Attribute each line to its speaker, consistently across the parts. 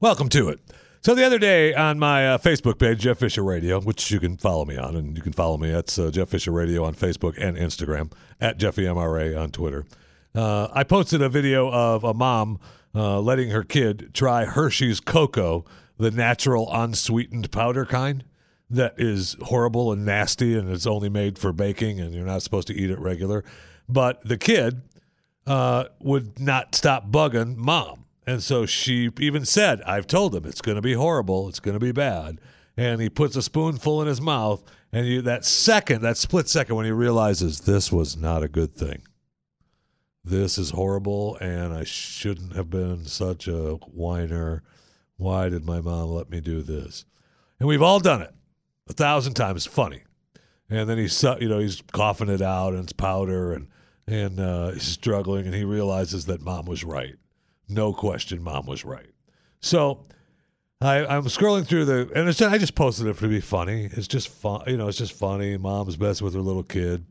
Speaker 1: Welcome to it. So the other day on my uh, Facebook page, Jeff Fisher Radio, which you can follow me on, and you can follow me at uh, Jeff Fisher Radio on Facebook and Instagram, at Jeffy MRA on Twitter. Uh, I posted a video of a mom uh, letting her kid try Hershey's Cocoa, the natural unsweetened powder kind that is horrible and nasty, and it's only made for baking, and you're not supposed to eat it regular. But the kid uh, would not stop bugging mom. And so she even said, I've told him it's going to be horrible. It's going to be bad. And he puts a spoonful in his mouth. And you, that second, that split second when he realizes this was not a good thing. This is horrible. And I shouldn't have been such a whiner. Why did my mom let me do this? And we've all done it a thousand times. Funny and then he's su- you know he's coughing it out and it's powder and and uh, he's struggling and he realizes that mom was right no question mom was right so I, I'm scrolling through the and it's, I just posted it for to be funny it's just fun you know it's just funny mom's best with her little kid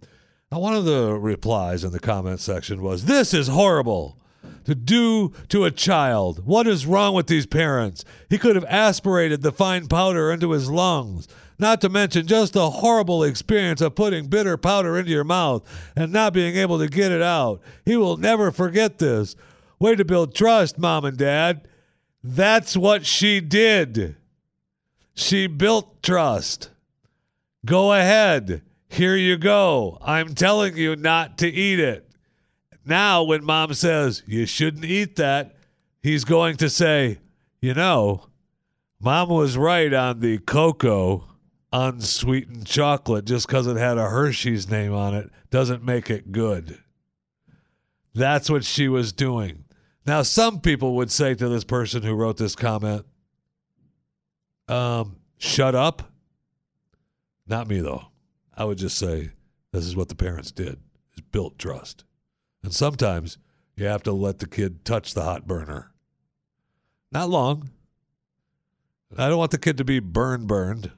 Speaker 1: now, one of the replies in the comment section was this is horrible to do to a child. What is wrong with these parents? He could have aspirated the fine powder into his lungs. Not to mention just the horrible experience of putting bitter powder into your mouth and not being able to get it out. He will never forget this. Way to build trust, mom and dad. That's what she did. She built trust. Go ahead. Here you go. I'm telling you not to eat it. Now, when mom says, you shouldn't eat that, he's going to say, you know, mom was right on the cocoa unsweetened chocolate. Just because it had a Hershey's name on it doesn't make it good. That's what she was doing. Now, some people would say to this person who wrote this comment, um, shut up. Not me, though. I would just say, this is what the parents did, is built trust. And sometimes you have to let the kid touch the hot burner. Not long. I don't want the kid to be burn burned.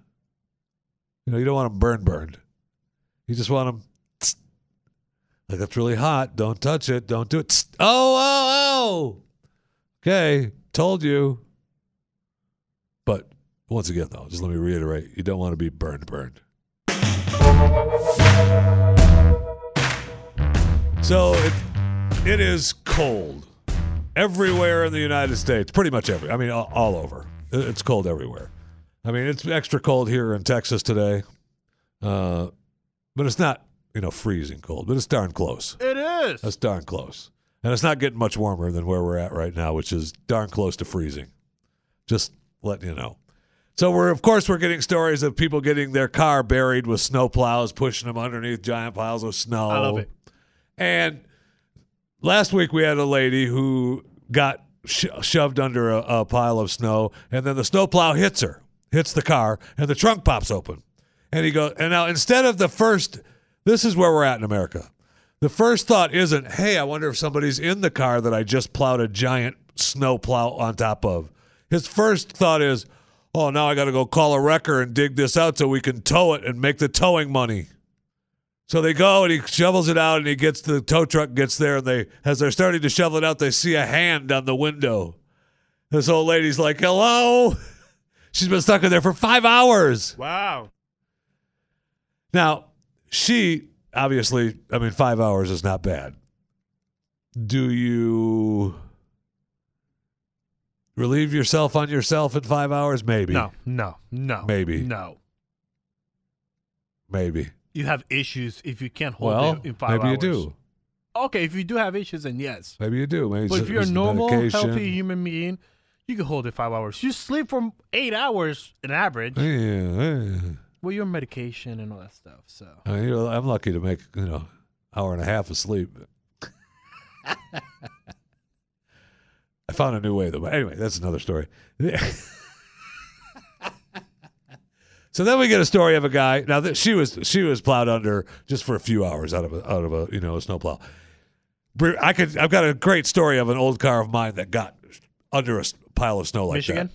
Speaker 1: You know, you don't want him burn burned. You just want him like that's really hot. Don't touch it. Don't do it. Oh, oh, oh. Okay, told you. But once again, though, just let me reiterate: you don't want to be burned, burned. So it, it is cold everywhere in the United States. Pretty much every. I mean, all, all over. It- It's cold everywhere. I mean, it's extra cold here in Texas today, uh, but it's not you know freezing cold, but it's darn close.
Speaker 2: It is.
Speaker 1: That's darn close. And it's not getting much warmer than where we're at right now, which is darn close to freezing. Just letting you know. So we're of course we're getting stories of people getting their car buried with snow plows, pushing them underneath giant piles of snow.
Speaker 2: I love it.
Speaker 1: And last week we had a lady who got sho- shoved under a, a pile of snow, and then the snowplow hits her, hits the car, and the trunk pops open. And he goes, and now instead of the first, this is where we're at in America. The first thought isn't, hey, I wonder if somebody's in the car that I just plowed a giant snowplow on top of. His first thought is, oh, now I got to go call a wrecker and dig this out so we can tow it and make the towing money. So they go and he shovels it out and he gets the tow truck gets there and they as they're starting to shovel it out they see a hand on the window. This old lady's like, "Hello." She's been stuck in there for 5 hours.
Speaker 2: Wow.
Speaker 1: Now, she obviously, I mean 5 hours is not bad. Do you relieve yourself on yourself in 5 hours maybe?
Speaker 2: No, no, no.
Speaker 1: Maybe.
Speaker 2: No.
Speaker 1: Maybe.
Speaker 2: You have issues if you can't hold
Speaker 1: Well,
Speaker 2: it in five
Speaker 1: maybe you
Speaker 2: hours.
Speaker 1: do.
Speaker 2: Okay, if you do have issues, then yes.
Speaker 1: Maybe you do. Maybe
Speaker 2: But
Speaker 1: it's-
Speaker 2: if you're a
Speaker 1: it's
Speaker 2: normal, healthy
Speaker 1: medication.
Speaker 2: human being, you can hold it five hours. You sleep for eight hours an average.
Speaker 1: Yeah, yeah.
Speaker 2: Well, you're on medication and all that stuff. So
Speaker 1: I mean, Uh, you know, I'm lucky to make you know hour and a half of sleep. I found a new way though. But anyway, that's another story. so then we get a story of a guy. Now that she was she was plowed under just for a few hours out of a, out of a you know a snowplow. Br- I could I've got a great story of an old car of mine that got under a s- pile of snow like
Speaker 2: Michigan?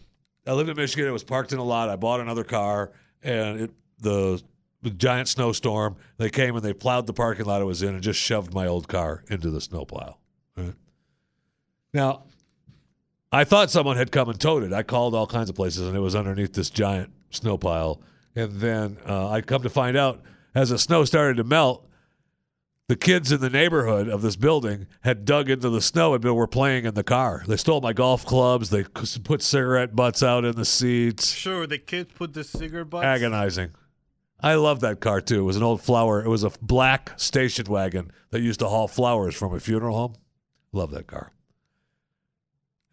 Speaker 1: that. I lived in Michigan. It was parked in a lot. I bought another car, and it, the, the giant snowstorm. They came and they plowed the parking lot it was in, and just shoved my old car into the snowplow. Right? Now, I thought someone had come and towed it. I called all kinds of places, and it was underneath this giant snow pile. And then uh, I come to find out, as the snow started to melt, the kids in the neighborhood of this building had dug into the snow and been, were playing in the car. They stole my golf clubs. They c- put cigarette butts out in the seats.
Speaker 2: Sure, the kids put the cigarette butts.
Speaker 1: Agonizing. I love that car too. It was an old flower. It was a black station wagon that used to haul flowers from a funeral home. Love that car.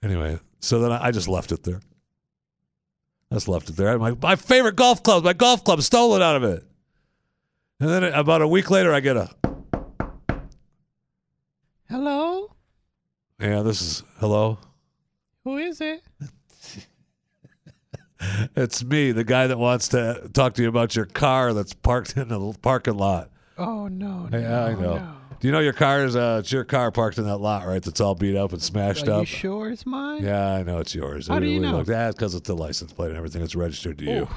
Speaker 1: Anyway, so then I, I just left it there. I just left it there. My, my favorite golf club, my golf club stolen out of it. And then about a week later, I get a
Speaker 2: Hello,
Speaker 1: Yeah, this is hello.
Speaker 2: who is it?
Speaker 1: It's me, the guy that wants to talk to you about your car that's parked in the parking lot.
Speaker 2: Oh no,
Speaker 1: Yeah, I know. Do you know your car is uh, it's your car parked in that lot, right? That's all beat up and smashed up.
Speaker 2: sure it's mine?
Speaker 1: yeah, I know it's yours.
Speaker 2: How do you
Speaker 1: We
Speaker 2: know?
Speaker 1: looked- Yeah, it's because it's the license plate and everything. It's registered to you.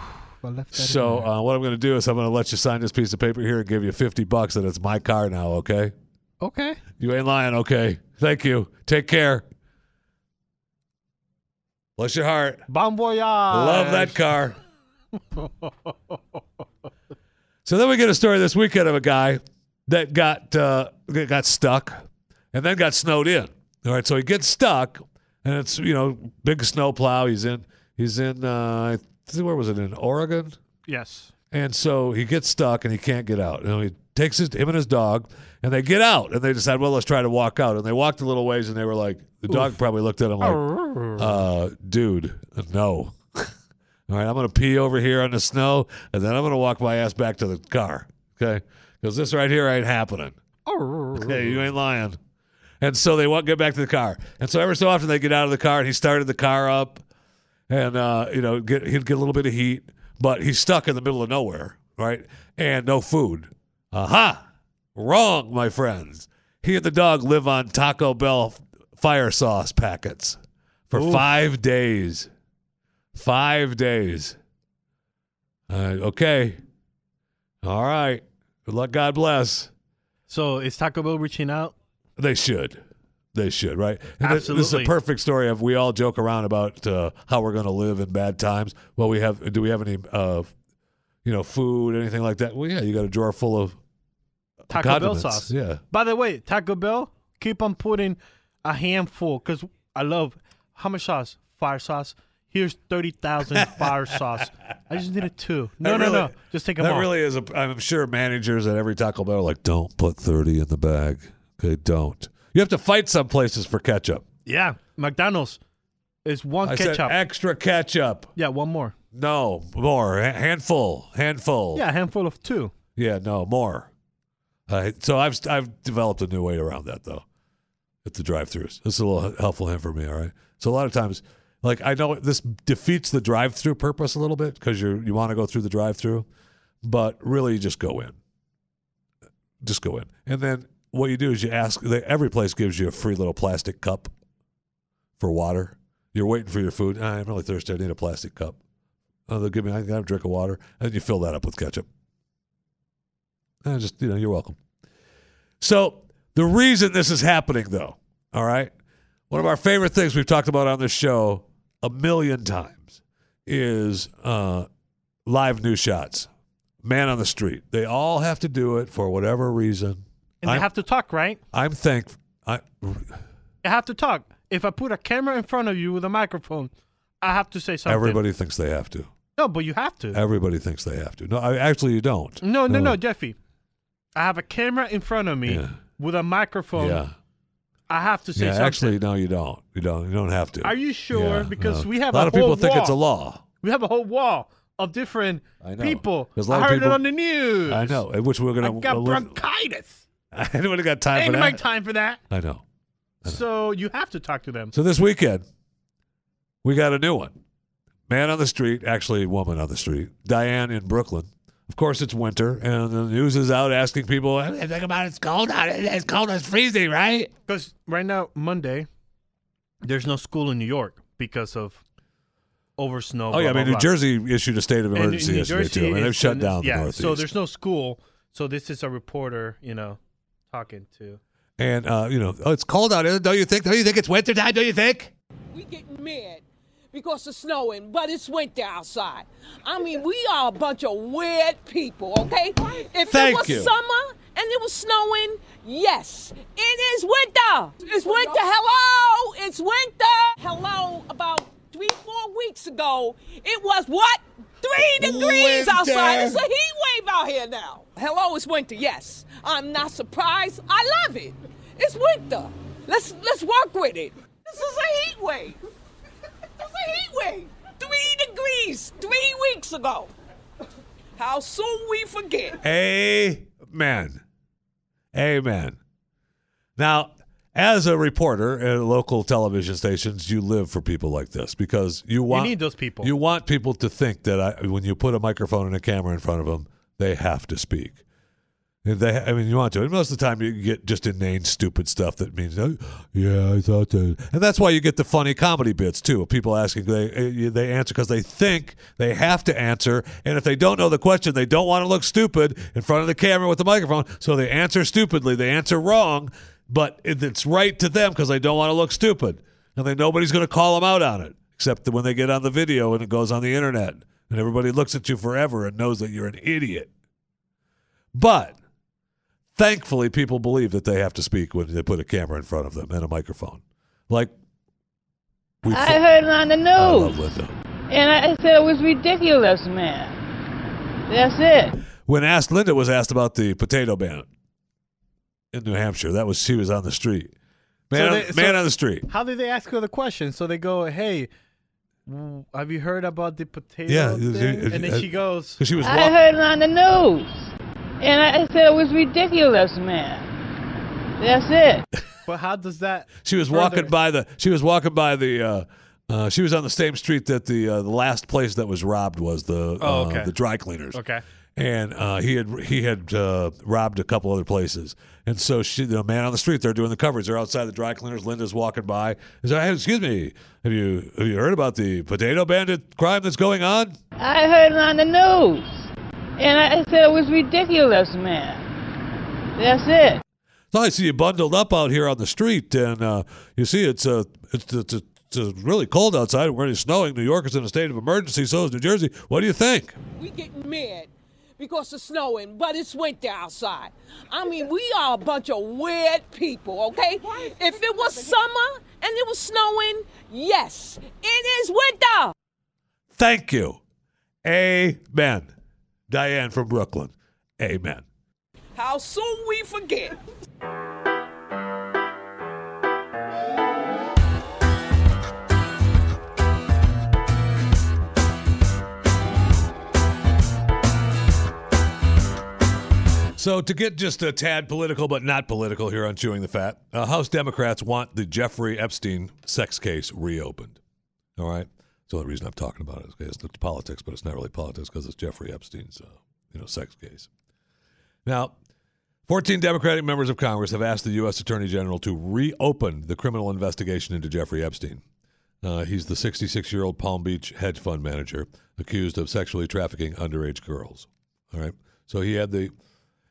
Speaker 2: I left that in
Speaker 1: So
Speaker 2: there.
Speaker 1: uh, what I'm going to do is I'm going to let you sign this piece of paper here and give you 50 bucks that it's my car now. Okay?
Speaker 2: okay.
Speaker 1: You ain't lying. Okay. Thank you. Take care. Bless your heart.
Speaker 2: Bon voyage.
Speaker 1: Love that car. so then we get a story this weekend of a guy that got uh, that got stuck and then got snowed in. All right, so he gets stuck, and it's you know big snow plow. He's in he's in uh, where was it in Oregon?
Speaker 2: Yes.
Speaker 1: And so he gets stuck and he can't get out. And he takes his, him and his dog, and they get out and they decide, well, let's try to walk out. And they walked a little ways, and they were like, the dog probably looked at him
Speaker 2: Oh,
Speaker 1: like, uh, dude, no. All right, I'm going to pee over here on the snow, and then I'm going to walk my ass back to the car. Okay? Because this right here ain't happening. Hey, you ain't lying. And so they won't get back to the car. And so every so often they get out of the car, and he started the car up, and uh, you know, get, he'd get a little bit of heat, but he's stuck in the middle of nowhere, right? And no food. Aha! Wrong, my friends. He and the dog live on Taco Bell fire sauce packets for five days. Five days. Uh, okay. All right. Good luck. God bless.
Speaker 2: So is Taco Bell reaching out?
Speaker 1: They should. They should, right? And this- This is a
Speaker 2: Absolutely.
Speaker 1: perfect story of we all joke around about uh, how we're going to live in bad times. Well, we have. Do we have any, uh, you know, food, anything like that? Well, yeah, you got a drawer full of
Speaker 2: Taco
Speaker 1: condiments.
Speaker 2: Bell sauce.
Speaker 1: Yeah,
Speaker 2: By the way, Taco Bell, keep on putting a handful because I love how much sauce? Fire sauce. Here's 30,000 fire sauce. I just needed two. No,
Speaker 1: That
Speaker 2: no,
Speaker 1: really-
Speaker 2: no. Just take them
Speaker 1: that
Speaker 2: all.
Speaker 1: really is. A, I'm sure managers at every Taco Bell are like, don't put thirty in the bag. Okay, don't. You have to fight some places for ketchup.
Speaker 2: yeah. McDonald's is one
Speaker 1: I
Speaker 2: ketchup.
Speaker 1: said extra ketchup.
Speaker 2: yeah, one more.
Speaker 1: No more. Ha- handful. Handful.
Speaker 2: Yeah, a handful of two.
Speaker 1: Yeah, no, more. Uh, so I've I've developed a new way around that though, at the drive-throughs. This is a little helpful hint for me. All right. So a lot of times, like I know this defeats the drive-through purpose a little bit because you you want to go through the drive-through, but really you just go in. Just go in, and then what you do is you ask. They, every place gives you a free little plastic cup for water. You're waiting for your food. "Ah, I'm really thirsty. I need a plastic cup. Oh, they'll give me. I can have a drink of water, and then you fill that up with ketchup. Uh, just you know, you're welcome. So the reason this is happening, though, all right, one of our favorite things we've talked about on this show a million times is uh, live news shots, man on the street. They all have to do it for whatever reason.
Speaker 2: And
Speaker 1: I'm,
Speaker 2: they have to talk, right?
Speaker 1: I'm thankful. I,
Speaker 2: They have to talk. If I put a camera in front of you with a microphone, I have to say something.
Speaker 1: everybody thinks they have to.
Speaker 2: No, but you have to.
Speaker 1: Everybody thinks they have to. No, I, actually, you don't.
Speaker 2: No, no, no, Jeffy. I have a camera in front of me
Speaker 1: Yeah.
Speaker 2: with a microphone.
Speaker 1: Yeah.
Speaker 2: I have to say
Speaker 1: Yeah.
Speaker 2: something.
Speaker 1: Actually, no, you don't. You don't. You don't have to.
Speaker 2: Are you sure?
Speaker 1: Yeah,
Speaker 2: because
Speaker 1: no.
Speaker 2: we have
Speaker 1: a lot
Speaker 2: a
Speaker 1: of people
Speaker 2: whole
Speaker 1: think it's a
Speaker 2: wall.
Speaker 1: law.
Speaker 2: We have a whole wall of different
Speaker 1: I know.
Speaker 2: people.
Speaker 1: There's a
Speaker 2: I
Speaker 1: lot of
Speaker 2: heard
Speaker 1: people-
Speaker 2: it on the news.
Speaker 1: I know, and which we're
Speaker 2: I
Speaker 1: gonna.
Speaker 2: got
Speaker 1: we'll-
Speaker 2: bronchitis.
Speaker 1: I don't got time
Speaker 2: Ain't
Speaker 1: for
Speaker 2: my
Speaker 1: that.
Speaker 2: time for that.
Speaker 1: I know.
Speaker 2: So you have to talk to them.
Speaker 1: So this weekend, we got a new one. Man on the street, actually, woman on the street. Diane in Brooklyn. Of course, it's winter, and the news is out asking people. "Hey, Think about it. It's cold out. It's cold. It's freezing, right?
Speaker 2: Because right now, Monday, there's no school in New York because of over snow.
Speaker 1: Oh,
Speaker 2: blah,
Speaker 1: yeah, I mean,
Speaker 2: blah,
Speaker 1: New
Speaker 2: blah.
Speaker 1: Jersey issued a state of
Speaker 2: And
Speaker 1: emergency
Speaker 2: New
Speaker 1: yesterday
Speaker 2: Jersey
Speaker 1: too, and they've
Speaker 2: is-
Speaker 1: shut
Speaker 2: and-
Speaker 1: down
Speaker 2: Yeah,
Speaker 1: the Northeast.
Speaker 2: so there's no school. So this is a reporter, you know, talking to.
Speaker 1: and uh, you know, oh, it's cold out. Don't you think? Don't you think it's winter time? Don't you think?
Speaker 3: We get mad because it's snowing, but it's winter outside. I mean, we are a bunch of weird people, okay? If
Speaker 1: Thank
Speaker 3: it was
Speaker 1: you.
Speaker 3: summer and it was snowing, yes, it is winter. It's winter. Hello, it's winter. Hello, about three, four weeks ago, it was what? Three degrees
Speaker 1: Winter.
Speaker 3: outside. It's a heat wave out here now. Hello, it's winter. Yes, I'm not surprised. I love it. It's winter. Let's let's work with it. This is a heat wave. It's a heat wave. Three degrees three weeks ago. How soon we forget.
Speaker 1: Amen. Amen. Now, as a reporter at local television stations, you live for people like this because you want
Speaker 2: need those people.
Speaker 1: You want people to think that I, when you put a microphone and a camera in front of them, they have to speak. And They, I mean, you want to. And most of the time, you get just inane, stupid stuff that means, oh, yeah, I thought that. And that's why you get the funny comedy bits too. of People asking, they uh, they answer because they think they have to answer, and if they don't know the question, they don't want to look stupid in front of the camera with the microphone, so they answer stupidly. They answer wrong, but it- it's right to them because they don't want to look stupid, and then nobody's going to call them out on it except that when they get on the video and it goes on the internet, and everybody looks at you forever and knows that you're an idiot. But thankfully people believe that they have to speak when they put a camera in front of them and a microphone like we
Speaker 4: I heard it on the
Speaker 1: I love
Speaker 4: news,
Speaker 1: Linda.
Speaker 4: and I said it was ridiculous, man. That's it.
Speaker 1: when asked linda was asked about the potato ban in new hampshire that was she was on the street man,
Speaker 2: So
Speaker 1: on,
Speaker 2: they- so-
Speaker 1: man on the street
Speaker 2: How did they ask her the question? So they go, "Hey, w- have you heard about the potato?"
Speaker 1: Yeah,
Speaker 2: thing?
Speaker 1: it- it-
Speaker 2: and
Speaker 1: it-
Speaker 2: then she goes,
Speaker 1: 'Cause she was
Speaker 4: I
Speaker 1: walking
Speaker 4: heard it on the news, and I said it was ridiculous, man. That's it.
Speaker 2: "But how does that?"
Speaker 1: she was
Speaker 2: further-
Speaker 1: walking by the she was walking by the uh, uh, she was on the same street that the uh, the last place that was robbed was the
Speaker 2: Oh,
Speaker 1: uh,
Speaker 2: okay.
Speaker 1: the dry cleaners
Speaker 2: Okay.
Speaker 1: and uh, he had he had uh, robbed a couple other places, and so she, the man on the street, they're doing the coverage. They're outside the dry cleaners. Linda's walking by. He's like, hey, "Excuse me, have you have you heard about the potato bandit crime that's going on?"
Speaker 4: I heard it on the news, and I said it was ridiculous, man. That's it.
Speaker 1: So I see you bundled up out here on the street, and uh, you see it's uh, it's, it's, it's, it's really cold outside. We're snowing. New York is in a state of emergency. So is New Jersey. What do you think?
Speaker 3: We get mad because it's snowing, but it's winter outside. I mean, we are a bunch of weird people, okay? If it was summer and it was snowing, yes, it is winter.
Speaker 1: Thank you, amen. Diane from Brooklyn, amen.
Speaker 3: How soon we forget.
Speaker 1: So, to get just a tad political, but not political here on Chewing the Fat, uh, House Democrats want the Jeffrey Epstein sex case reopened. All right. So, the reason I'm talking about it is 'cause it's politics, but it's not really politics because it's Jeffrey Epstein's, uh, you know, sex case. Now, 14 Democratic members of Congress have asked the U.S. Attorney General to reopen the criminal investigation into Jeffrey Epstein. Uh, he's the 66 year old Palm Beach hedge fund manager accused of sexually trafficking underage girls. All right. So he had the.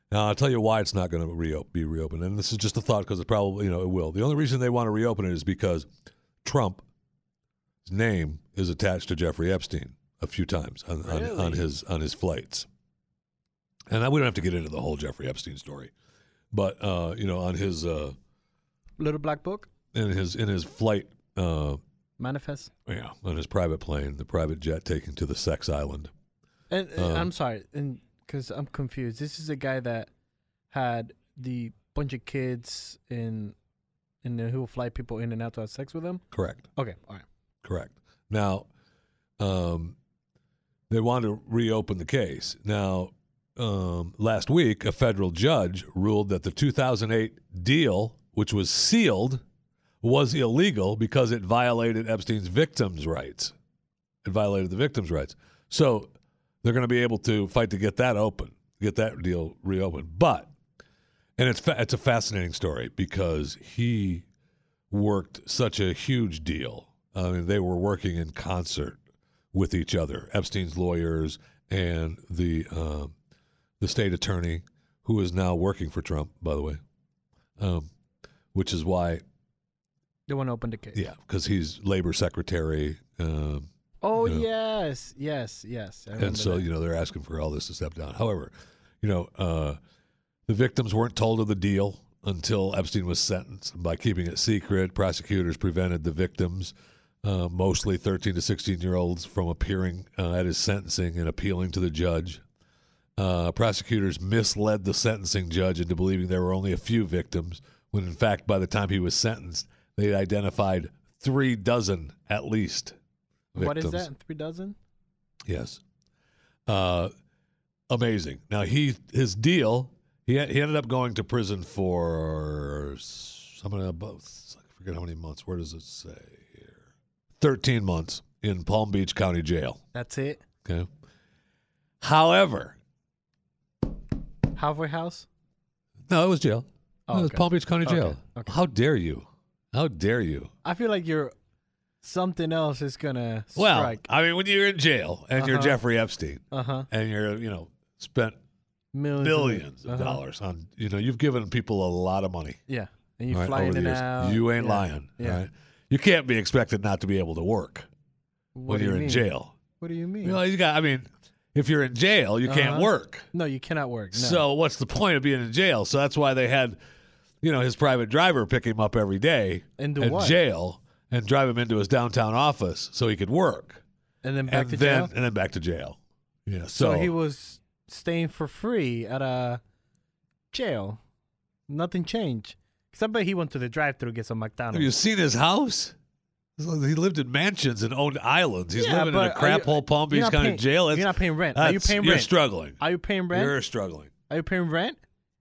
Speaker 1: Now, I'll tell you why it's not going to reo- be reopened. And this is just a thought because it probably, you know, it will. The only reason they want to reopen it is because Trump's name is attached to Jeffrey Epstein a few times on, on, on, his, on his flights. And I, we don't have to get into the whole Jeffrey Epstein story, but, uh, you know, on his, uh,
Speaker 2: Little black book
Speaker 1: in his, in his flight, uh,
Speaker 2: manifest.
Speaker 1: yeah, on his private plane, the private jet taken to the sex island.
Speaker 2: And
Speaker 1: Uh.
Speaker 2: and I'm sorry, and because I'm confused. This is a guy that had the bunch of kids in, and then he will fly people in and out to have sex with them.
Speaker 1: Correct.
Speaker 2: Okay, all right.
Speaker 1: Correct. Now, um, they want to reopen the case. Now, um, last week, a federal judge ruled that the 2008 deal, which was sealed, was illegal because it violated Epstein's victims' rights. It violated the victims' rights. So they're going to be able to fight to get that open, get that deal reopened. But, and it's, fa- it's a fascinating story because he worked such a huge deal. I mean, they were working in concert with each other. Epstein's lawyers and the um, the state attorney, who is now working for Trump, by the way, um, which is why
Speaker 2: They want to open the case.
Speaker 1: Yeah, because he's labor secretary. Um,
Speaker 2: Oh
Speaker 1: Yeah.
Speaker 2: yes, yes, yes. I remember
Speaker 1: and so
Speaker 2: that.
Speaker 1: you know they're asking for all this to step down. However, you know uh, the victims weren't told of the deal until Epstein was sentenced. And By keeping it secret, prosecutors prevented the victims, uh, mostly 13 to 16 year olds, from appearing uh, at his sentencing and appealing to the judge. Uh, prosecutors misled the sentencing judge into believing there were only a few victims, when in fact, by the time he was sentenced, they'd identified three dozen at least. Victims.
Speaker 2: what is that? Three dozen?
Speaker 1: Yes. Uh, amazing. Now he his deal. He he ended up going to prison for something about I forget how many months. Where does it say here? Thirteen months in Palm Beach County Jail.
Speaker 2: That's it.
Speaker 1: Okay. However,
Speaker 2: Halfway house.
Speaker 1: no, it was jail.
Speaker 2: Oh,
Speaker 1: it was
Speaker 2: okay.
Speaker 1: Palm Beach County Jail.
Speaker 2: Okay, okay.
Speaker 1: How dare you? How dare you?
Speaker 2: I feel like you're something else is gonna
Speaker 1: Well,
Speaker 2: strike.
Speaker 1: I mean, when you're in jail and you're
Speaker 2: Uh-huh.
Speaker 1: Jeffrey Epstein
Speaker 2: Uh huh.
Speaker 1: and you're you know spent
Speaker 2: Millions.
Speaker 1: billions of
Speaker 2: uh-huh.
Speaker 1: dollars on you know you've given people a lot of money
Speaker 2: Yeah, and you
Speaker 1: all right,
Speaker 2: fly
Speaker 1: over
Speaker 2: in
Speaker 1: the
Speaker 2: and
Speaker 1: years.
Speaker 2: out.
Speaker 1: you ain't
Speaker 2: yeah.
Speaker 1: lying
Speaker 2: Yeah.
Speaker 1: all right? you can't be expected not to be able to work
Speaker 2: What
Speaker 1: when
Speaker 2: do you
Speaker 1: you're in
Speaker 2: mean?
Speaker 1: jail
Speaker 2: What do you mean?
Speaker 1: you know, you got i mean if you're in jail you can't
Speaker 2: Uh-huh.
Speaker 1: work
Speaker 2: no, you cannot work. No.
Speaker 1: so what's the point of being in jail so that's why they had you know his private driver pick him up every day
Speaker 2: And do
Speaker 1: in
Speaker 2: what?
Speaker 1: jail and drive him into his downtown office so he could work
Speaker 2: and then back
Speaker 1: and
Speaker 2: to
Speaker 1: then
Speaker 2: jail.
Speaker 1: and then back to jail yeah so,
Speaker 2: So, he was staying for free at a jail. Nothing changed. Cause I bet he went to the drive-through get some
Speaker 1: Have you
Speaker 2: McDonald's.
Speaker 1: seen his house? He lived in mansions and owned islands. He's
Speaker 2: Yeah,
Speaker 1: living in
Speaker 2: but
Speaker 1: a
Speaker 2: are
Speaker 1: crap
Speaker 2: you-
Speaker 1: hole Palm
Speaker 2: you're
Speaker 1: Beach
Speaker 2: not
Speaker 1: County
Speaker 2: paying-
Speaker 1: jail.
Speaker 2: you're
Speaker 1: That's-
Speaker 2: not paying rent. Are you
Speaker 1: that's-
Speaker 2: paying
Speaker 1: You're
Speaker 2: rent?
Speaker 1: struggling.
Speaker 2: Are you paying rent?
Speaker 1: You're struggling.
Speaker 2: Are you paying rent?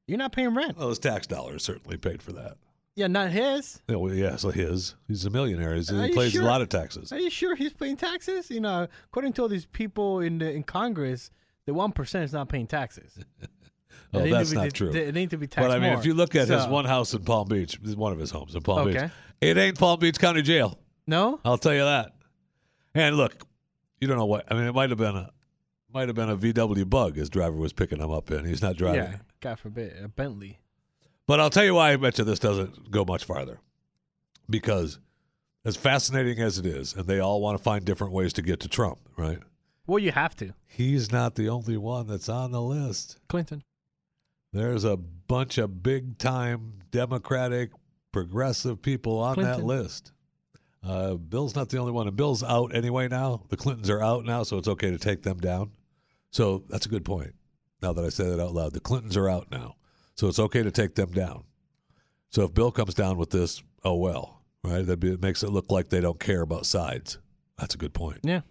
Speaker 2: You're not paying rent.
Speaker 1: Well, his tax dollars certainly paid for that.
Speaker 2: Yeah, not his.
Speaker 1: Yeah, well, yeah, so his. He's a millionaire. He's,
Speaker 2: Are
Speaker 1: he
Speaker 2: you
Speaker 1: pays
Speaker 2: sure?
Speaker 1: a lot of taxes.
Speaker 2: Are you sure he's paying taxes? You know, according to all these people in the in Congress, the one percent is not paying taxes. They
Speaker 1: Oh,
Speaker 2: need to
Speaker 1: that's
Speaker 2: be-
Speaker 1: not true.
Speaker 2: They, they need to be taxed
Speaker 1: But I mean,
Speaker 2: more.
Speaker 1: if you look at his
Speaker 2: So-
Speaker 1: one house in Palm Beach, one of his homes in Palm Beach,
Speaker 2: Okay.
Speaker 1: it ain't Palm Beach County Jail.
Speaker 2: no,
Speaker 1: I'll tell you that. And look, you don't know what. I mean, it might have been a might have been a VW Bug his driver was picking him up in. He's not driving.
Speaker 2: yeah, God forbid, a Bentley.
Speaker 1: But I'll tell you why I bet you this doesn't go much farther. Because as fascinating as it is, and they all want to find different ways to get to Trump, right?
Speaker 2: Well, you have to,
Speaker 1: He's not the only one that's on the list.
Speaker 2: Clinton.
Speaker 1: There's a bunch of big time Democratic, progressive people on that
Speaker 2: Clinton.
Speaker 1: list. Uh, Bill's not the only one. And Bill's out anyway now. The Clintons are out now, so it's okay to take them down. So that's a good point. Now that I say that out loud, the Clintons are out now. So it's okay to take them down. So if Bill comes down with this, oh well, right? That be, it makes it look like they don't care about sides. That's a good point.
Speaker 2: Yeah,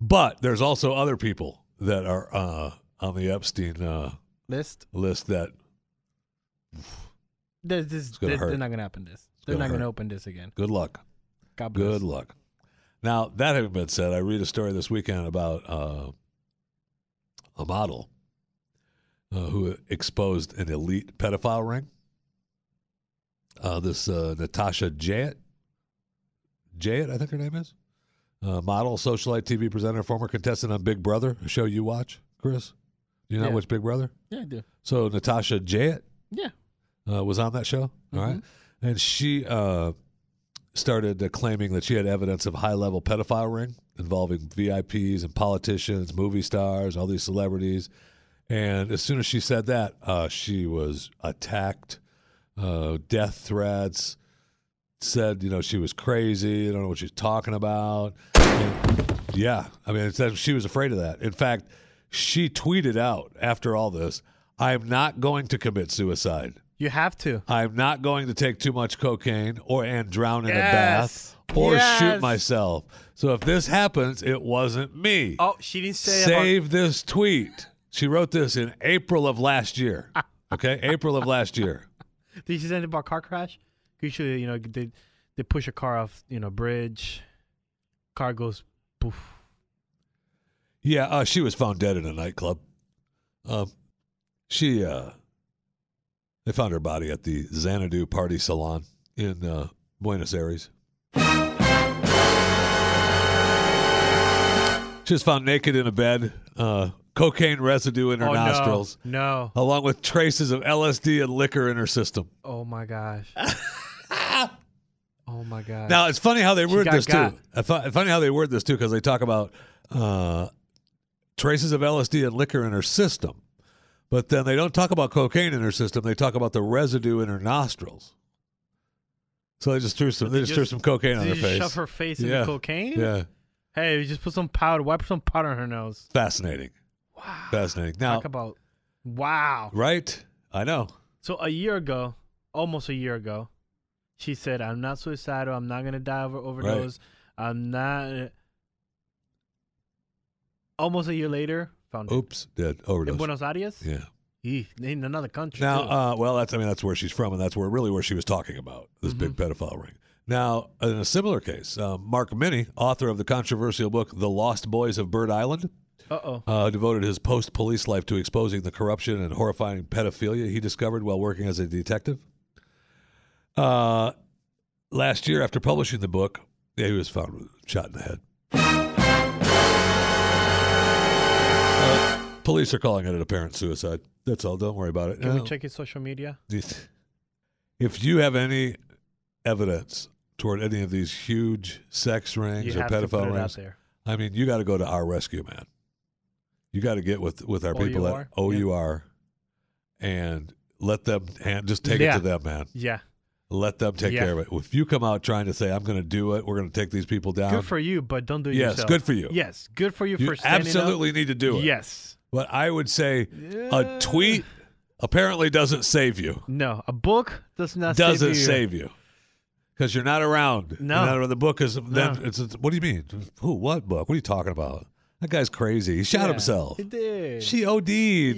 Speaker 1: But there's also other people that are uh, on the Epstein uh,
Speaker 2: list.
Speaker 1: list that
Speaker 2: This, this,
Speaker 1: gonna
Speaker 2: this-
Speaker 1: hurt.
Speaker 2: they're not gonna open this. They're
Speaker 1: gonna
Speaker 2: not gonna
Speaker 1: hurt.
Speaker 2: open this again.
Speaker 1: good luck.
Speaker 2: God bless.
Speaker 1: Good luck. Now, that having been said, I read a story this weekend about uh, a model uh, who exposed an elite pedophile ring. Uh, this uh, Natasha Jayet, Jayet, I think her name is, uh, model, socialite, TV presenter, former contestant on Big Brother, a show you watch, Chris. You know
Speaker 2: Yeah.
Speaker 1: which Big Brother?
Speaker 2: Yeah, I do.
Speaker 1: So Natasha Jayet
Speaker 2: Yeah,
Speaker 1: uh, was on that show. all right, and she uh, started uh, claiming that she had evidence of high-level pedophile ring involving VIPs and politicians, movie stars, all these celebrities. And as soon as she said that, uh, she was attacked, uh, death threats. Said you know she was crazy. I don't know what she's talking about. And- yeah, I mean, it said she was afraid of that. In fact, she tweeted out after all this, "I'm not going to commit suicide.
Speaker 2: you have to.
Speaker 1: I'm not going to take too much cocaine or and drown in
Speaker 2: Yes.
Speaker 1: a bath or shoot
Speaker 2: Yes.
Speaker 1: myself. So if this happens, it wasn't me.
Speaker 2: Oh, she didn't say.
Speaker 1: Save this tweet. She wrote this in April of last year. Okay, April of last year.
Speaker 2: About, did she say anything about car crash? Usually, you know, they they push a car off, you know, bridge. Car goes poof.
Speaker 1: Yeah, uh, she was found dead in a nightclub. Um, she uh, they found her body at the Xanadu Party Salon in uh, Buenos Aires. She was found naked in a bed, uh, cocaine residue in her
Speaker 2: oh,
Speaker 1: nostrils,
Speaker 2: No, no.
Speaker 1: along with traces of LSD and liquor in her system.
Speaker 2: Oh my gosh.
Speaker 5: Oh my god.
Speaker 1: Now it's funny how they word
Speaker 5: got
Speaker 1: this
Speaker 5: got.
Speaker 1: too. It's fu- Funny how they word this too because they talk about uh, traces of LSD and liquor in her system, but then they don't talk about cocaine in her system. They talk about the residue in her nostrils. So they just threw some. They, just, threw
Speaker 5: just-
Speaker 1: some cocaine on
Speaker 5: Did you
Speaker 1: her
Speaker 5: just
Speaker 1: face.
Speaker 5: shove her face in
Speaker 1: Yeah.
Speaker 5: the cocaine?
Speaker 1: Yeah,
Speaker 5: Hey, you just put some powder. Why put some powder on her nose?
Speaker 1: fascinating. Wow, fascinating. Now,
Speaker 5: Talk about wow.
Speaker 1: right? I know.
Speaker 5: So a year ago, almost a year ago, she said, "I'm not suicidal. I'm not gonna die of an overdose. I'm not." Almost a year later, found it
Speaker 1: Oops, dead overdose.
Speaker 5: in Buenos Aires,
Speaker 1: yeah.
Speaker 5: Eeh, in another country.
Speaker 1: Now,
Speaker 5: too.
Speaker 1: uh, well, that's I mean that's where she's from, and that's where really where she was talking about this big
Speaker 5: Mm-hmm.
Speaker 1: pedophile ring. Now, in a similar case, uh, Mark Minnie, author of the controversial book *The Lost Boys of Bird Island*,
Speaker 5: Uh-oh.
Speaker 1: uh, devoted his post-police life to exposing the corruption and horrifying pedophilia he discovered while working as a detective. Uh, last year, after publishing the book, yeah, he was found with- shot in the head. Uh, police are calling it an apparent suicide. That's all. Don't worry about it.
Speaker 5: Can
Speaker 1: Uh,
Speaker 5: we check his social media?
Speaker 1: if if you have any evidence toward any of these huge sex rings
Speaker 5: You
Speaker 1: or
Speaker 5: have to put
Speaker 1: pedophile
Speaker 5: it out
Speaker 1: rings,
Speaker 5: there.
Speaker 1: I mean, you got to go to our rescue, man. You got to get with with
Speaker 5: Oh,
Speaker 1: our people at
Speaker 5: OUR, yeah.
Speaker 1: OUR and let them hand, just take it
Speaker 5: Yeah.
Speaker 1: to them, man.
Speaker 5: Yeah,
Speaker 1: Let them take
Speaker 5: Yeah.
Speaker 1: care of it. If you come out trying to say, "I'm going to do it," we're going to take these people down.
Speaker 5: good for you, but don't do it
Speaker 1: Um, yes,
Speaker 5: yourself.
Speaker 1: good for you.
Speaker 5: Yes, good for you,
Speaker 1: you
Speaker 5: for standing
Speaker 1: absolutely need to
Speaker 5: up.
Speaker 1: do it.
Speaker 5: Yes.
Speaker 1: But I would say a tweet apparently doesn't save you.
Speaker 5: No, a book does not
Speaker 1: doesn't
Speaker 5: save you.
Speaker 1: save you because you're not around.
Speaker 5: No.
Speaker 1: You're not around. the book is then. It's, it's- what do you mean? Who? What book? What are you talking about? That guy's crazy. He shot
Speaker 5: Yeah,
Speaker 1: himself.
Speaker 5: It did.
Speaker 1: She OD'd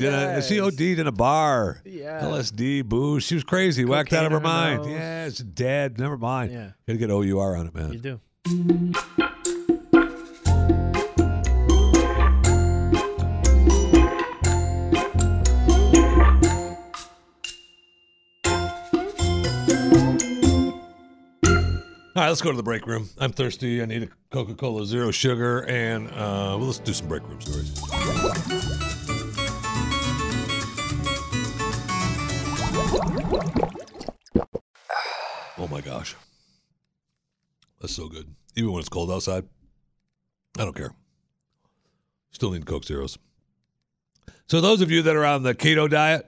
Speaker 1: in a she
Speaker 5: Yes.
Speaker 1: OD'd in a bar.
Speaker 5: Yeah.
Speaker 1: LSD booze. She was crazy. Whacked out of her
Speaker 5: Cocaine on her
Speaker 1: mind.
Speaker 5: nose.
Speaker 1: Yeah, it's dead. Never mind.
Speaker 5: Yeah.
Speaker 1: Gotta get OUR on it,
Speaker 5: you
Speaker 1: man.
Speaker 5: do.
Speaker 1: All right, let's go to the break room. I'm thirsty. I need a Coca-Cola Zero Sugar, and uh, well, let's do some break room stories. Oh my gosh, that's so good. Even when it's cold outside, I don't care. Still need Coke Zeros. So those of you that are on the keto diet,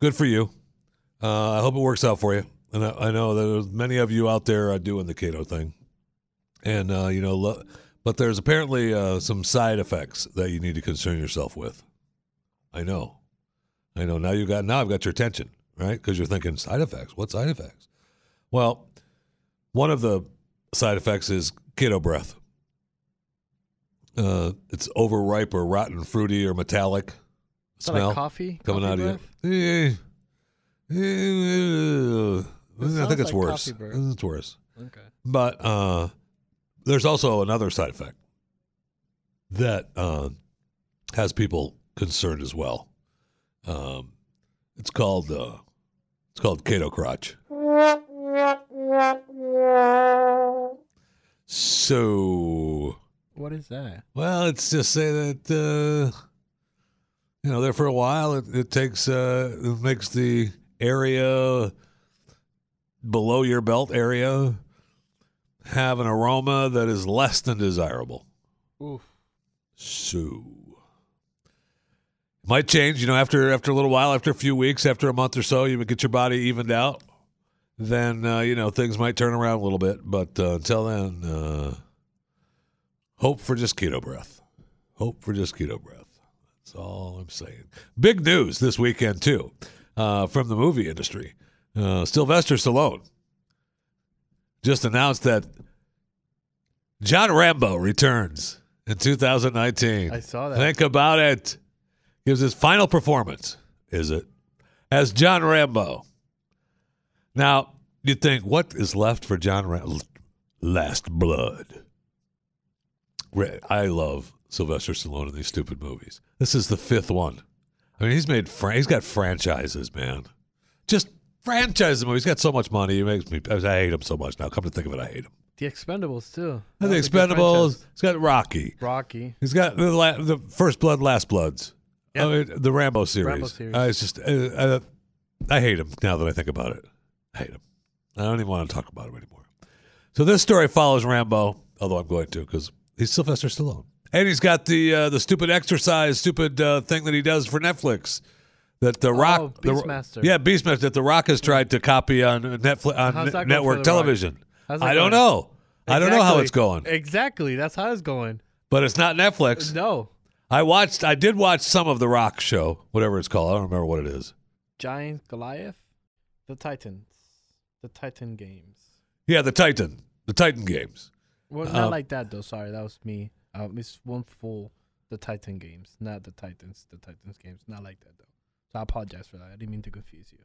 Speaker 1: good for you. Uh, I hope it works out for you. And I, I know there's many of you out there uh, doing the keto thing, and uh, you know, lo- but there's apparently uh, some side effects that you need to concern yourself with. I know, I know. Now you got now I've got your attention, right? Because you're thinking side effects. What side effects? Well, one of the side effects is keto breath. Uh, it's overripe or rotten, fruity or metallic
Speaker 5: Is that
Speaker 1: smell
Speaker 5: like coffee
Speaker 1: coming
Speaker 5: Coffee
Speaker 1: out
Speaker 5: breath?
Speaker 1: of you. Eh, eh, eh, I
Speaker 5: sounds
Speaker 1: think it's
Speaker 5: like
Speaker 1: worse.
Speaker 5: coffee breath.
Speaker 1: It's worse.
Speaker 5: Okay.
Speaker 1: But uh, there's also another side effect that uh, has people concerned as well. Um, it's called uh, it's called keto crotch. So
Speaker 5: What is that?
Speaker 1: well, it's just say that uh, you know there for a while it, it takes uh, it makes the area below your belt area have an aroma that is less than desirable.
Speaker 5: Oof.
Speaker 1: So might change, you know, after after a little while, after a few weeks, after a month or so, you would get your body evened out. Then uh, you know things might turn around a little bit, but uh, until then, uh, hope for just keto breath. Hope for just keto breath. That's all I'm saying. Big news this weekend too, uh, from the movie industry. Uh, Sylvester Stallone just announced that John Rambo returns in 2019.
Speaker 5: I saw that.
Speaker 1: Think about it. Gives his final performance. Is it as John Rambo? Now you think what is left for John Rambo? Last Blood. Re- I love Sylvester Stallone in these stupid movies. This is the fifth one. I mean, he's made fran- he's got franchises, man. Just franchise movies. He's got so much money. He makes me. I hate him so much now. Come to think of it, I hate him.
Speaker 5: The Expendables too.
Speaker 1: The
Speaker 5: That's a good
Speaker 1: Expendables.
Speaker 5: franchise.
Speaker 1: He's got Rocky.
Speaker 5: Rocky.
Speaker 1: He's got the la- the first blood, last bloods.
Speaker 5: Yep.
Speaker 1: I mean, the Rambo series.
Speaker 5: Rambo series.
Speaker 1: Uh, it's just uh, uh, I hate him now that I think about it. I hate him. I don't even want to talk about him anymore. So this story follows Rambo, although I'm going to because he's Sylvester Stallone, and he's got the uh, the stupid exercise, stupid uh, thing that he does for Netflix. That the Rock, the-
Speaker 2: Oh, Beastmaster.
Speaker 1: yeah, Beastmaster. That the Rock has tried to copy on Netflix on ne-
Speaker 2: How's that going for
Speaker 1: network
Speaker 2: The Rock?
Speaker 1: television.
Speaker 2: How's that
Speaker 1: I don't
Speaker 2: going?
Speaker 1: know. I don't know how
Speaker 2: Exactly.
Speaker 1: it's going,
Speaker 2: Exactly. That's how it's going.
Speaker 1: but it's not Netflix.
Speaker 2: No.
Speaker 1: I watched. I did watch some of the Rock show, whatever it's called. I don't remember what it is.
Speaker 2: Giant Goliath, the Titans, the Titan games.
Speaker 1: Yeah, the Titan, the Titan games.
Speaker 2: Well,
Speaker 1: Um,
Speaker 2: not like that though. Sorry, that was me. Um, it's one full the Titan games, not the Titans. The Titans games, not like that though. So I apologize for that. I didn't mean to confuse you.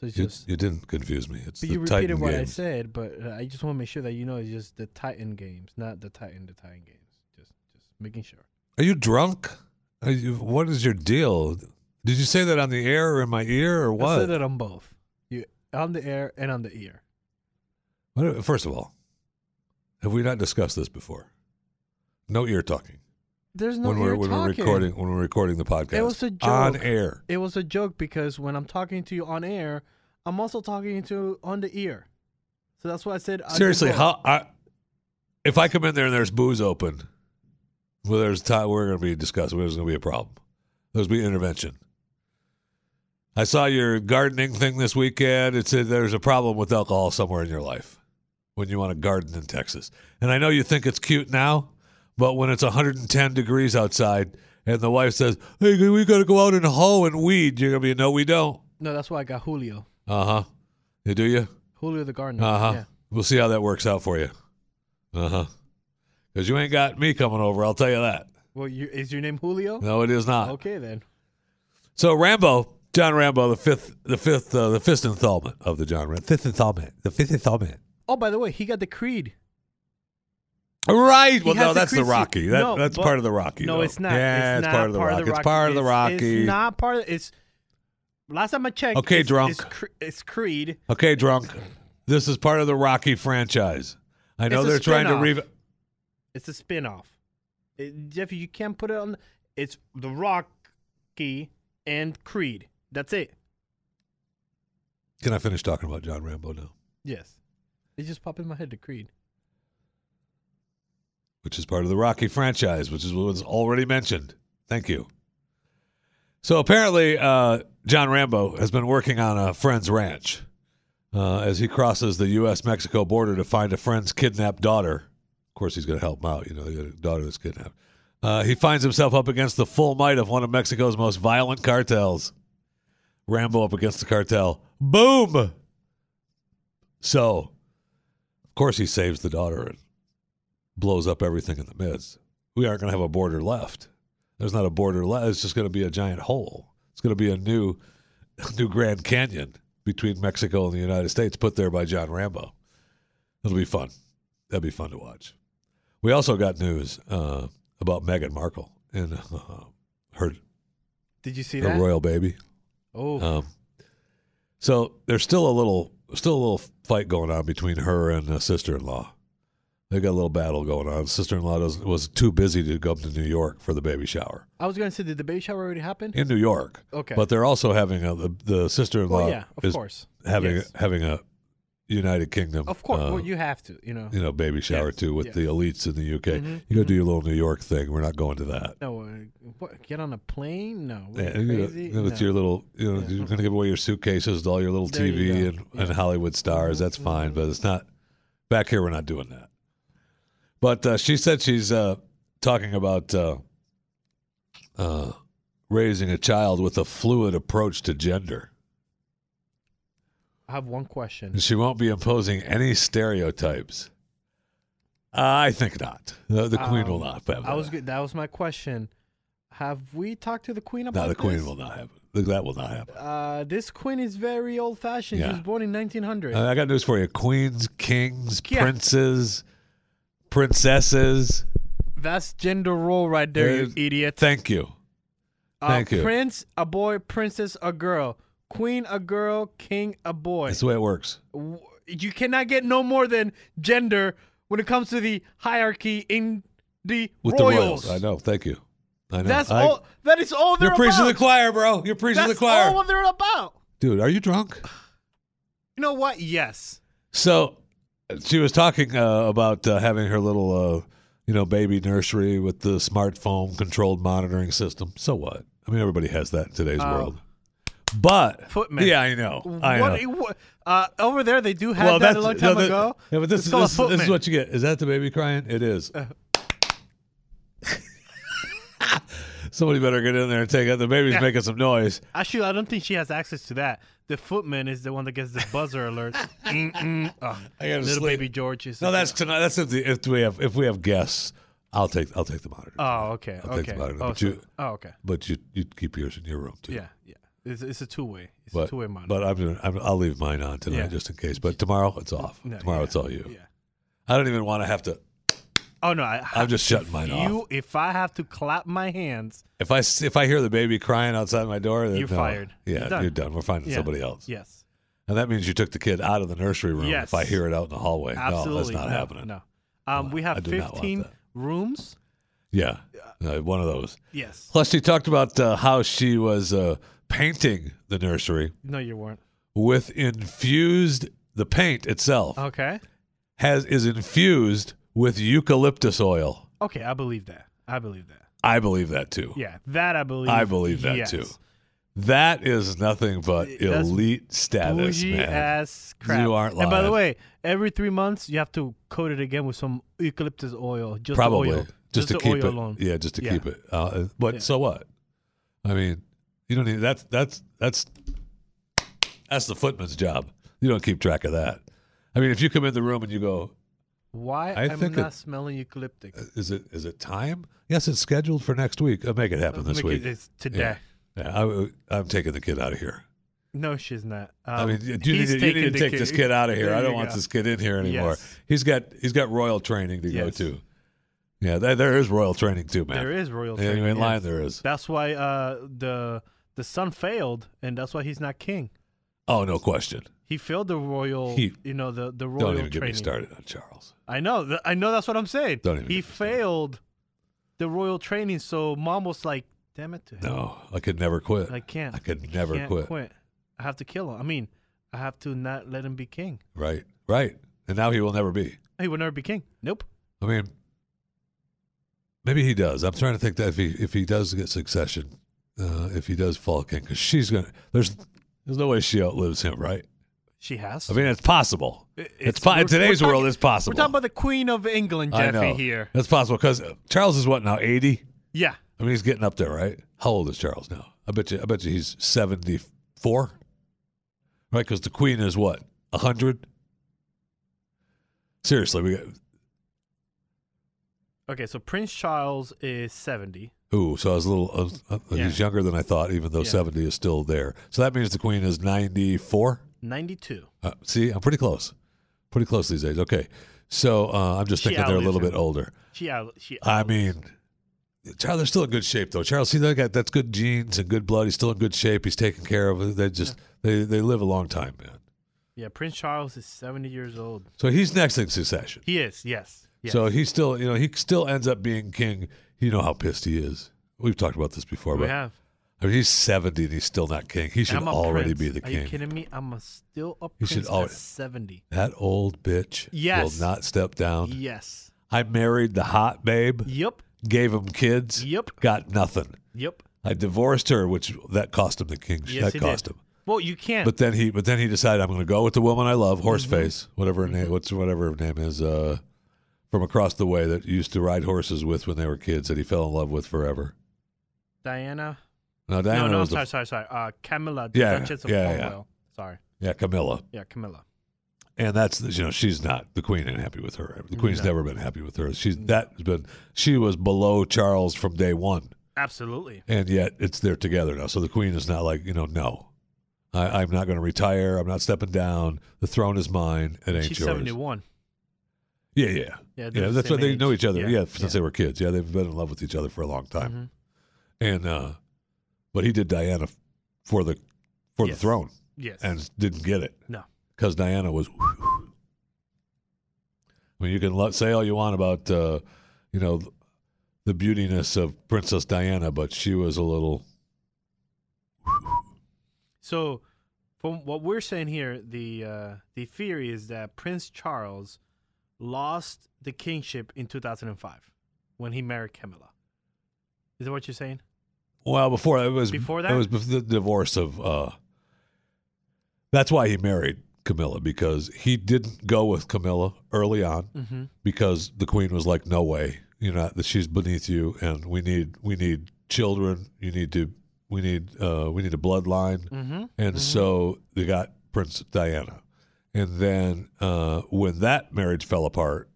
Speaker 2: So it's
Speaker 1: You,
Speaker 2: just
Speaker 1: you didn't confuse me. It's
Speaker 2: but
Speaker 1: the
Speaker 2: you repeated
Speaker 1: Titan
Speaker 2: what I
Speaker 1: games.
Speaker 2: said, but uh, I just want to make sure that you know it's just the Titan games, not the Titan, the Titan games. Just, just making sure.
Speaker 1: Are you drunk? Are you, what is your deal? Did you say that on the air or in my ear or
Speaker 2: I
Speaker 1: what?
Speaker 2: said it on both. You on the air and on the ear.
Speaker 1: what? First of all, have we not discussed this before? No ear talking
Speaker 2: There's no
Speaker 1: when
Speaker 2: ear
Speaker 1: we're when we're
Speaker 2: talking.
Speaker 1: recording when we're recording the podcast.
Speaker 2: It was a joke.
Speaker 1: on air.
Speaker 2: It was a joke because when I'm talking to you on air, I'm also talking to you on the ear. So that's why I said. I did
Speaker 1: Seriously,
Speaker 2: both.
Speaker 1: how? I, if I come in there and there's booze open, well, there's time we're going to be discussing. There's going to be a problem. There's going to be intervention. I saw your gardening thing this weekend. It said there's a problem with alcohol somewhere in your life when you want to garden in Texas. And I know you think it's cute now, but when it's 110 degrees outside and the wife says, "Hey, we got to go out and hoe and weed," you're going to be, "No, we don't."
Speaker 2: No, that's why I got Julio.
Speaker 1: Uh huh. You do you?
Speaker 2: Julio the gardener.
Speaker 1: Uh huh.
Speaker 2: Yeah.
Speaker 1: We'll see how that works out for you. Uh huh. Because you ain't got me coming over, I'll tell you that.
Speaker 2: Well, you, is your name Julio?
Speaker 1: No, it is not.
Speaker 2: Okay then.
Speaker 1: So Rambo, John Rambo, the fifth, the fifth, uh, the fifth installment of the John Rambo, fifth installment, the fifth installment.
Speaker 2: Oh, by the way, he got the Creed.
Speaker 1: Right.
Speaker 2: He
Speaker 1: Well,
Speaker 2: has
Speaker 1: no,
Speaker 2: the
Speaker 1: that's the
Speaker 2: Creed suit.
Speaker 1: Rocky. That,
Speaker 2: No,
Speaker 1: that's
Speaker 2: but-
Speaker 1: part of the Rocky.
Speaker 2: No,
Speaker 1: though.
Speaker 2: it's not.
Speaker 1: Yeah,
Speaker 2: it's,
Speaker 1: it's,
Speaker 2: not
Speaker 1: part of the Rocky. It's part of the Rocky.
Speaker 2: It's, it's not part of. It's last time I checked.
Speaker 1: Okay,
Speaker 2: it's,
Speaker 1: drunk.
Speaker 2: It's, Cre- it's Creed.
Speaker 1: Okay, drunk. This is part of the Rocky franchise. I know
Speaker 2: It's a
Speaker 1: they're trying to
Speaker 2: spin-off.
Speaker 1: re.
Speaker 2: It's a spin-off. It, Jeffy, you can't put it on. It's The Rocky and Creed. That's it.
Speaker 1: Can I finish talking about John Rambo now?
Speaker 2: Yes. It just popped in my head to Creed.
Speaker 1: which is part of the Rocky franchise, which is what was already mentioned. Thank you. So apparently, uh, John Rambo has been working on a friend's ranch uh, as he crosses the U.S. Mexico border to find a friend's kidnapped daughter. Of course, he's going to help him out. You know, they got a daughter that's kidnapped. Uh, he finds himself up against the full might of one of Mexico's most violent cartels. Rambo up against the cartel. Boom! So, of course, he saves the daughter and blows up everything in the midst. We aren't going to have a border left. There's not a border left. It's just going to be a giant hole. It's going to be a new, new Grand Canyon between Mexico and the United States, put there by John Rambo. It'll be fun. That'd be fun to watch. We also got news uh, about Meghan Markle and uh, her
Speaker 2: Did you see
Speaker 1: her
Speaker 2: that?
Speaker 1: royal baby.
Speaker 2: oh,
Speaker 1: Um, so there's still a little, still a little fight going on between her and uh, sister-in-law. They got a little battle going on. Sister-in-law does, was too busy to go up to New York for the baby shower
Speaker 2: I was going to say, did the baby shower already happen?
Speaker 1: in New York.
Speaker 2: Okay.
Speaker 1: but they're also having a the, the sister-in-law
Speaker 2: well, yeah, of
Speaker 1: is
Speaker 2: course.
Speaker 1: having
Speaker 2: Yes.
Speaker 1: having a United Kingdom
Speaker 2: Of course.
Speaker 1: uh,
Speaker 2: well, you have to, you know.
Speaker 1: you know baby shower
Speaker 2: Yes,
Speaker 1: too with
Speaker 2: yes. Mm-hmm.
Speaker 1: the elites in the UK. You go do your little New York thing. We're not going to that.
Speaker 2: No, uh, what, get on a plane? No. what,
Speaker 1: Yeah, you know,
Speaker 2: crazy?
Speaker 1: you know, it's
Speaker 2: No.
Speaker 1: your little, you know, you're going to give away your suitcases to all your little
Speaker 2: There you
Speaker 1: TV
Speaker 2: go. Mm-hmm.
Speaker 1: and, and Hollywood stars. That's fine, but it's not back here. We're not doing that. But uh, she said she's uh, talking about uh, uh, raising a child with a fluid approach to gender.
Speaker 2: I have one question.
Speaker 1: And she won't be imposing any stereotypes. I think not. The, the queen will
Speaker 2: Um,
Speaker 1: not. Have
Speaker 2: I was
Speaker 1: that.
Speaker 2: good. That was my question. Have we talked to the queen about
Speaker 1: No, the queen
Speaker 2: this?
Speaker 1: will not have it. That will not happen.
Speaker 2: Uh, this queen is very old fashioned.
Speaker 1: Yeah.
Speaker 2: She was born in 1900.
Speaker 1: Uh, I got news for you: queens, kings,
Speaker 2: Yeah.
Speaker 1: princes, princesses.
Speaker 2: That's gender role right there, you
Speaker 1: There's-
Speaker 2: idiot.
Speaker 1: Thank you.
Speaker 2: Uh,
Speaker 1: thank you.
Speaker 2: Prince, a boy. Princess, a girl. Queen, a girl. King, a boy.
Speaker 1: That's the way it works.
Speaker 2: w- you cannot get no more than gender when it comes to the hierarchy in the
Speaker 1: With
Speaker 2: royals.
Speaker 1: the royals, I know. Thank you. I know.
Speaker 2: That's
Speaker 1: I-
Speaker 2: all. That is all they're
Speaker 1: You're preaching to
Speaker 2: about.
Speaker 1: the choir, bro. You're preaching
Speaker 2: That's
Speaker 1: to the choir,
Speaker 2: all they're about.
Speaker 1: dude. Are you drunk?
Speaker 2: You know what? Yes.
Speaker 1: So she was talking uh, about uh, having her little, uh, you know, baby nursery with the smartphone controlled monitoring system. So what? I mean, everybody has that in today's world. But
Speaker 2: Oh. Footman.
Speaker 1: yeah, I know. I know.
Speaker 2: What, what- uh, over there, they do have that a long
Speaker 1: no,
Speaker 2: time
Speaker 1: the-
Speaker 2: ago.
Speaker 1: Yeah, but this,
Speaker 2: It's
Speaker 1: is
Speaker 2: called Uh. a
Speaker 1: this, this is
Speaker 2: footman.
Speaker 1: what you get. Is that the baby crying? It is. Somebody better get in there and take out the baby's making some noise.
Speaker 2: Actually, I don't think she has access to that. The footman is the one that gets the buzzer alert. Mm-mm. Oh,
Speaker 1: I gotta
Speaker 2: little
Speaker 1: sleep.
Speaker 2: baby George is.
Speaker 1: No, that's tonight. That's if, the, if we have if we have guests, I'll take I'll take the monitor.
Speaker 2: Oh, okay,
Speaker 1: I'll take
Speaker 2: okay.
Speaker 1: the monitor,
Speaker 2: Oh,
Speaker 1: but
Speaker 2: so-
Speaker 1: you-
Speaker 2: oh, okay.
Speaker 1: but you you keep yours in your room too.
Speaker 2: Yeah, yeah. It's, it's a two way. It's a
Speaker 1: but
Speaker 2: two way monitor.
Speaker 1: but I'm, gonna- I'm I'll leave mine on tonight
Speaker 2: Yeah.
Speaker 1: just in case. But tomorrow it's off.
Speaker 2: No,
Speaker 1: tomorrow
Speaker 2: yeah,
Speaker 1: it's all you.
Speaker 2: yeah.
Speaker 1: I don't even want to have to.
Speaker 2: Oh no, I,
Speaker 1: I'm just shutting mine off.
Speaker 2: you. If I have to clap my hands,
Speaker 1: If I s- if I hear the baby crying outside my door, then
Speaker 2: You're
Speaker 1: no.
Speaker 2: fired.
Speaker 1: Yeah,
Speaker 2: You're done.
Speaker 1: We're finding
Speaker 2: Yeah.
Speaker 1: somebody else.
Speaker 2: yes,
Speaker 1: And that means you took the kid out of the nursery room.
Speaker 2: Yes.
Speaker 1: If I hear it out in the hallway, no, that's
Speaker 2: absolutely.
Speaker 1: not
Speaker 2: no,
Speaker 1: happening.
Speaker 2: No, um, we
Speaker 1: I
Speaker 2: have
Speaker 1: do not want
Speaker 2: 15
Speaker 1: that.
Speaker 2: rooms.
Speaker 1: Yeah, No, one of those.
Speaker 2: Yes.
Speaker 1: Plus, she talked about uh, how she was uh, painting the nursery
Speaker 2: No, you weren't.
Speaker 1: with infused. The paint itself
Speaker 2: Okay.
Speaker 1: has is infused with eucalyptus oil.
Speaker 2: Okay, I believe that. I believe that.
Speaker 1: I believe that too.
Speaker 2: Yeah, that I believe.
Speaker 1: I believe that
Speaker 2: Yes.
Speaker 1: too. That is nothing but
Speaker 2: That's
Speaker 1: elite status,
Speaker 2: Bougie
Speaker 1: man.
Speaker 2: ass crap.
Speaker 1: You aren't
Speaker 2: And by the
Speaker 1: lying.
Speaker 2: way, every three months you have to coat it again with some eucalyptus oil. Just the
Speaker 1: probably
Speaker 2: oil.
Speaker 1: just, to
Speaker 2: the
Speaker 1: keep
Speaker 2: oil
Speaker 1: it
Speaker 2: alone.
Speaker 1: yeah just to
Speaker 2: Yeah.
Speaker 1: keep it uh, but
Speaker 2: Yeah.
Speaker 1: so what i mean you don't need that's that's that's that's the footman's job you don't keep track of that i mean if you come in the room and you go
Speaker 2: Why
Speaker 1: I
Speaker 2: am
Speaker 1: think
Speaker 2: not
Speaker 1: it-
Speaker 2: smelling eucalyptic?
Speaker 1: is it is it time yes it's scheduled for next week uh, make it happen this
Speaker 2: Make it-
Speaker 1: week
Speaker 2: it's today.
Speaker 1: yeah, yeah I, am taking the kid out of here
Speaker 2: No, she's not.
Speaker 1: i
Speaker 2: Um,
Speaker 1: mean you need, to-
Speaker 2: he's
Speaker 1: you need
Speaker 2: taking
Speaker 1: to
Speaker 2: the
Speaker 1: take this kid out of here
Speaker 2: There
Speaker 1: i don't
Speaker 2: you
Speaker 1: want
Speaker 2: go.
Speaker 1: this kid in here anymore
Speaker 2: Yes.
Speaker 1: he's got he's got royal training to
Speaker 2: Yes.
Speaker 1: go to yeah there, there is royal training too man
Speaker 2: There is royal.
Speaker 1: yeah, you
Speaker 2: training,
Speaker 1: ain't lying
Speaker 2: yes.
Speaker 1: there is
Speaker 2: That's why uh, the the son failed, and that's why he's not king.
Speaker 1: oh no question
Speaker 2: He failed the royal.
Speaker 1: He-
Speaker 2: you know the the royal
Speaker 1: Don't even
Speaker 2: training.
Speaker 1: get me started on Charles.
Speaker 2: I know. th- I know. That's what I'm saying.
Speaker 1: Don't even
Speaker 2: he
Speaker 1: get me started.
Speaker 2: failed the royal training, so mom was like, "Damn it to him!
Speaker 1: No, I could never quit.
Speaker 2: I can't.
Speaker 1: I could never
Speaker 2: can't
Speaker 1: quit.
Speaker 2: I have to kill him. I mean, I have to not let him be king.
Speaker 1: Right, right. And now he will never be.
Speaker 2: He will never be king. Nope.
Speaker 1: I mean, maybe he does. I'm trying to think that if he if he does get succession, uh, if he does fall king, because she's gonna. There's there's no way she outlives him, right?
Speaker 2: She has.
Speaker 1: I mean, it's possible.
Speaker 2: I-
Speaker 1: It's, po- in
Speaker 2: we're- we're
Speaker 1: today's
Speaker 2: talking-
Speaker 1: world, it's possible.
Speaker 2: We're talking about the Queen of England,
Speaker 1: I know.
Speaker 2: Jeffy here.
Speaker 1: That's possible because Charles is what now? Eighty.
Speaker 2: Yeah,
Speaker 1: I mean, he's getting up there, right? How old is Charles now? I bet you. I bet you he's seventy-four, right? Because the Queen is what hundred. Seriously, we got
Speaker 2: Okay, so Prince Charles is 70.
Speaker 1: ooh. So I was a little. I was- uh,
Speaker 2: Yeah.
Speaker 1: He's younger than I thought, even though
Speaker 2: Yeah.
Speaker 1: seventy is still there. So that means the Queen is ninety-four.
Speaker 2: 92.
Speaker 1: Uh, see, I'm pretty close, pretty close these days. Okay, so uh, I'm just
Speaker 2: She
Speaker 1: thinking they're a
Speaker 2: outlives
Speaker 1: little
Speaker 2: him.
Speaker 1: bit older.
Speaker 2: She out, she
Speaker 1: I mean, Charles, they're still in good shape though. Charles, see that guy, that's good genes and good blood. He's still in good shape. He's taken care of. it. They just they they live a long time, man.
Speaker 2: Yeah, Prince Charles is 70 years old.
Speaker 1: So he's next in succession.
Speaker 2: He is, yes. yes.
Speaker 1: So he still, you know, he still ends up being king. You know how pissed he is. We've talked about this before,
Speaker 2: we
Speaker 1: but
Speaker 2: have.
Speaker 1: I mean, he's seventy and he's still not king. He should
Speaker 2: I'm a
Speaker 1: already
Speaker 2: prince.
Speaker 1: be the
Speaker 2: Are you
Speaker 1: king.
Speaker 2: kidding me? I'm a, still a
Speaker 1: He
Speaker 2: prince
Speaker 1: should
Speaker 2: at
Speaker 1: always-
Speaker 2: 70.
Speaker 1: That old bitch
Speaker 2: Yes.
Speaker 1: will not step down.
Speaker 2: Yes.
Speaker 1: I married the hot babe,
Speaker 2: Yep.
Speaker 1: gave him kids,
Speaker 2: Yep.
Speaker 1: got nothing.
Speaker 2: Yep.
Speaker 1: I divorced her, which that cost him the king.
Speaker 2: Yes,
Speaker 1: that
Speaker 2: he
Speaker 1: cost
Speaker 2: did.
Speaker 1: him.
Speaker 2: Well, you can't.
Speaker 1: But then he, but then he decided I'm going to go with the woman I love,
Speaker 2: Mm-hmm.
Speaker 1: Horseface, whatever her name, what's whatever her name is, uh, from across the way that used to ride horses with when they were kids that he fell in love with forever.
Speaker 2: Diana.
Speaker 1: No, Diana
Speaker 2: no, no, I'm
Speaker 1: was the,
Speaker 2: sorry, sorry, sorry. Uh, Camilla, the
Speaker 1: Yeah,
Speaker 2: Duchess of
Speaker 1: yeah, yeah.
Speaker 2: Cornwall. Sorry.
Speaker 1: yeah, Camilla,
Speaker 2: Yeah, Camilla.
Speaker 1: and that's the- you know she's not the queen ain't happy with her. The queen's
Speaker 2: No.
Speaker 1: never been happy with her. She's that's been she was below Charles from day one,
Speaker 2: Absolutely.
Speaker 1: and yet it's they're together now. So the queen is not like you know no. I, I'm not going to retire. I'm not stepping down. The throne is mine. It ain't
Speaker 2: She's
Speaker 1: yours.
Speaker 2: 71
Speaker 1: Yeah, yeah,
Speaker 2: Yeah, they're
Speaker 1: yeah.
Speaker 2: the
Speaker 1: That's why
Speaker 2: same
Speaker 1: they know
Speaker 2: age.
Speaker 1: each other. Yeah,
Speaker 2: Yeah,
Speaker 1: since
Speaker 2: yeah.
Speaker 1: they were kids. Yeah, they've been in love with each other for a long time.
Speaker 2: Mhm.
Speaker 1: And uh, but he did Diana f- for the for
Speaker 2: Yes.
Speaker 1: the throne
Speaker 2: Yes.
Speaker 1: and didn't get it
Speaker 2: no.
Speaker 1: because Diana was. I mean, you can let, say all you want about uh, you know th- the beautiness of Princess Diana, but she was a little
Speaker 2: So from what we're saying here, the uh, the theory is that Prince Charles lost the kingship in 2005 when he married Camilla. Is that what you're saying?
Speaker 1: Well, before it was
Speaker 2: Before
Speaker 1: it
Speaker 2: that?
Speaker 1: was bef- the divorce of. uh That's why he married Camilla because he didn't go with Camilla early on
Speaker 2: Mm-hmm.
Speaker 1: because the queen was like, "No way, you know that she's beneath you, and we need we need children. You need to we need uh we need a bloodline." And so they got Prince Diana, and then uh when that marriage fell apart,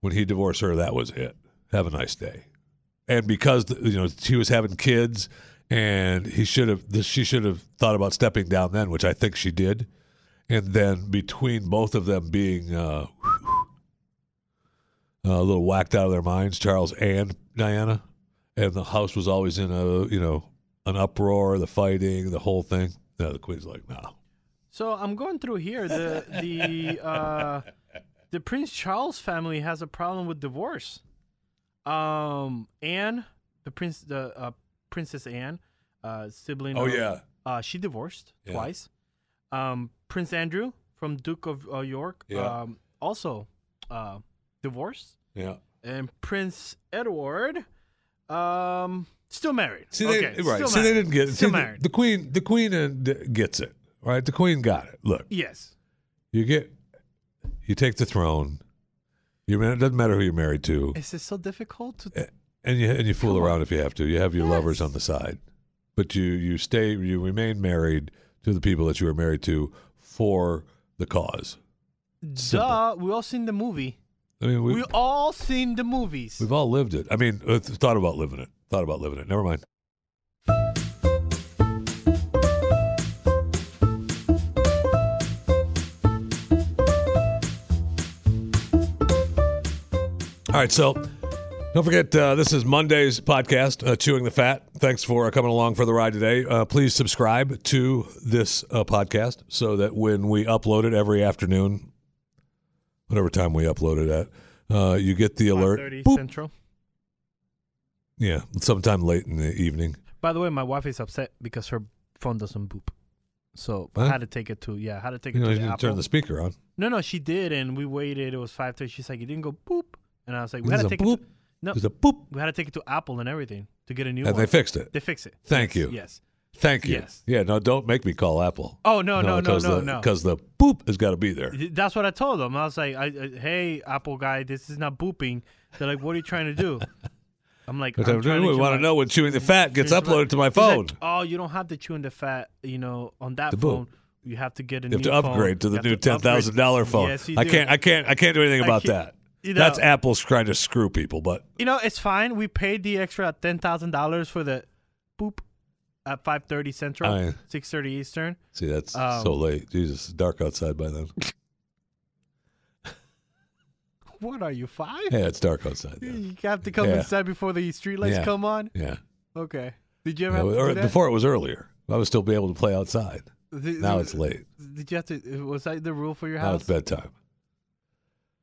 Speaker 1: when he divorced her, that was it. Have a nice day and because you know she was having kids and he should have this she should have thought about stepping down then which i think she did and then between both of them being uh, a little whacked out of their minds charles and diana and the house was always in a you know an uproar the fighting the whole thing no, the queen's like no
Speaker 2: So I'm going through here. The the uh, the Prince Charles family has a problem with divorce. Um, Anne, the prince, the uh, Princess Anne, uh, sibling.
Speaker 1: Oh,
Speaker 2: of-
Speaker 1: yeah.
Speaker 2: uh, she divorced
Speaker 1: Yeah.
Speaker 2: twice. Um, Prince Andrew from Duke of uh, York,
Speaker 1: Yeah.
Speaker 2: um, also uh, divorced,
Speaker 1: yeah
Speaker 2: and Prince Edward, um, still married.
Speaker 1: See, they,
Speaker 2: okay,
Speaker 1: right.
Speaker 2: still
Speaker 1: See, they
Speaker 2: married.
Speaker 1: didn't get it. See,
Speaker 2: Still
Speaker 1: the,
Speaker 2: married.
Speaker 1: the queen, the queen uh, d- gets it. Right, the queen got it. Look,
Speaker 2: yes.
Speaker 1: you get you take the throne you man it doesn't matter who you're married to
Speaker 2: Is it so difficult to
Speaker 1: and you and you fool around if you have to you have your lovers on the side but you you stay you remain married to the people that you were married to for the cause
Speaker 2: Duh, we all seen the movie.
Speaker 1: i mean
Speaker 2: We,
Speaker 1: we,
Speaker 2: all seen the movies.
Speaker 1: we've all lived it i mean uh, th- thought about living it thought about living it never mind All right, so don't forget uh, this is Monday's podcast, uh, Chewing the Fat. Thanks for uh, coming along for the ride today. Uh, please subscribe to this uh, podcast so that when we upload it every afternoon, whatever time we upload it at, uh, you get the alert.
Speaker 2: 5:30
Speaker 1: Boop.
Speaker 2: Central.
Speaker 1: Yeah, sometime late in the evening.
Speaker 2: By the way, my wife is upset because her phone doesn't boop. So I
Speaker 1: Huh?
Speaker 2: had to take it to yeah, I had to take
Speaker 1: You
Speaker 2: it
Speaker 1: know,
Speaker 2: to
Speaker 1: you
Speaker 2: the
Speaker 1: can
Speaker 2: Apple.
Speaker 1: turn the speaker on.
Speaker 2: No, no, she did, and we waited. It was five thirty. She's like, it didn't go boop, and I was like, we had
Speaker 1: There's
Speaker 2: to
Speaker 1: a
Speaker 2: take
Speaker 1: boop.
Speaker 2: it. To, no,
Speaker 1: There's a boop,
Speaker 2: we had to take it to Apple and everything to get a new
Speaker 1: and
Speaker 2: one.
Speaker 1: they fixed it.
Speaker 2: They fix it.
Speaker 1: Thank
Speaker 2: Yes,
Speaker 1: you.
Speaker 2: Yes.
Speaker 1: Thank you.
Speaker 2: Yes.
Speaker 1: Yeah, no, don't make me call Apple.
Speaker 2: Oh no no no
Speaker 1: because
Speaker 2: no
Speaker 1: the,
Speaker 2: no.
Speaker 1: Because the boop has got to be there.
Speaker 2: That's what I told them. I was like, I, I, "Hey, Apple guy, this is not booping." They're like, "What are you trying to do?" I'm like,
Speaker 1: Which
Speaker 2: "I'm
Speaker 1: I'm
Speaker 2: trying
Speaker 1: doing, we
Speaker 2: get
Speaker 1: want
Speaker 2: my-
Speaker 1: to know when chewing the fat gets
Speaker 2: Here's the
Speaker 1: uploaded
Speaker 2: fat-
Speaker 1: to my
Speaker 2: He's like,
Speaker 1: phone.
Speaker 2: oh, you don't have to chew in the fat, you know, on that
Speaker 1: The boom.
Speaker 2: phone. You have to get a
Speaker 1: You have
Speaker 2: new
Speaker 1: to
Speaker 2: phone.
Speaker 1: upgrade to
Speaker 2: You
Speaker 1: the
Speaker 2: have
Speaker 1: new
Speaker 2: to
Speaker 1: ten
Speaker 2: upgrade."
Speaker 1: thousand dollar phone.
Speaker 2: Yes, you
Speaker 1: I
Speaker 2: do.
Speaker 1: can't. I can't. I can't do anything
Speaker 2: I
Speaker 1: about
Speaker 2: can't-
Speaker 1: that.
Speaker 2: you
Speaker 1: That's
Speaker 2: know-
Speaker 1: Apple's trying to screw people. But
Speaker 2: You know, it's fine. We paid the extra ten thousand dollars for the boop at five thirty central,
Speaker 1: Aye.
Speaker 2: six thirty eastern.
Speaker 1: see, that's
Speaker 2: Um,
Speaker 1: so late. Jesus, it's dark outside by then.
Speaker 2: What are you five?
Speaker 1: yeah, it's dark outside. Then.
Speaker 2: You have to come
Speaker 1: Yeah.
Speaker 2: inside before the streetlights
Speaker 1: Yeah.
Speaker 2: come on.
Speaker 1: Yeah,
Speaker 2: Okay. Did you ever
Speaker 1: Yeah,
Speaker 2: have to do
Speaker 1: or
Speaker 2: that?
Speaker 1: before it was earlier. I would still be able to play outside.
Speaker 2: Did-
Speaker 1: Now it's late.
Speaker 2: Did you have to? Was that the rule for your
Speaker 1: Now
Speaker 2: house?
Speaker 1: it's bedtime.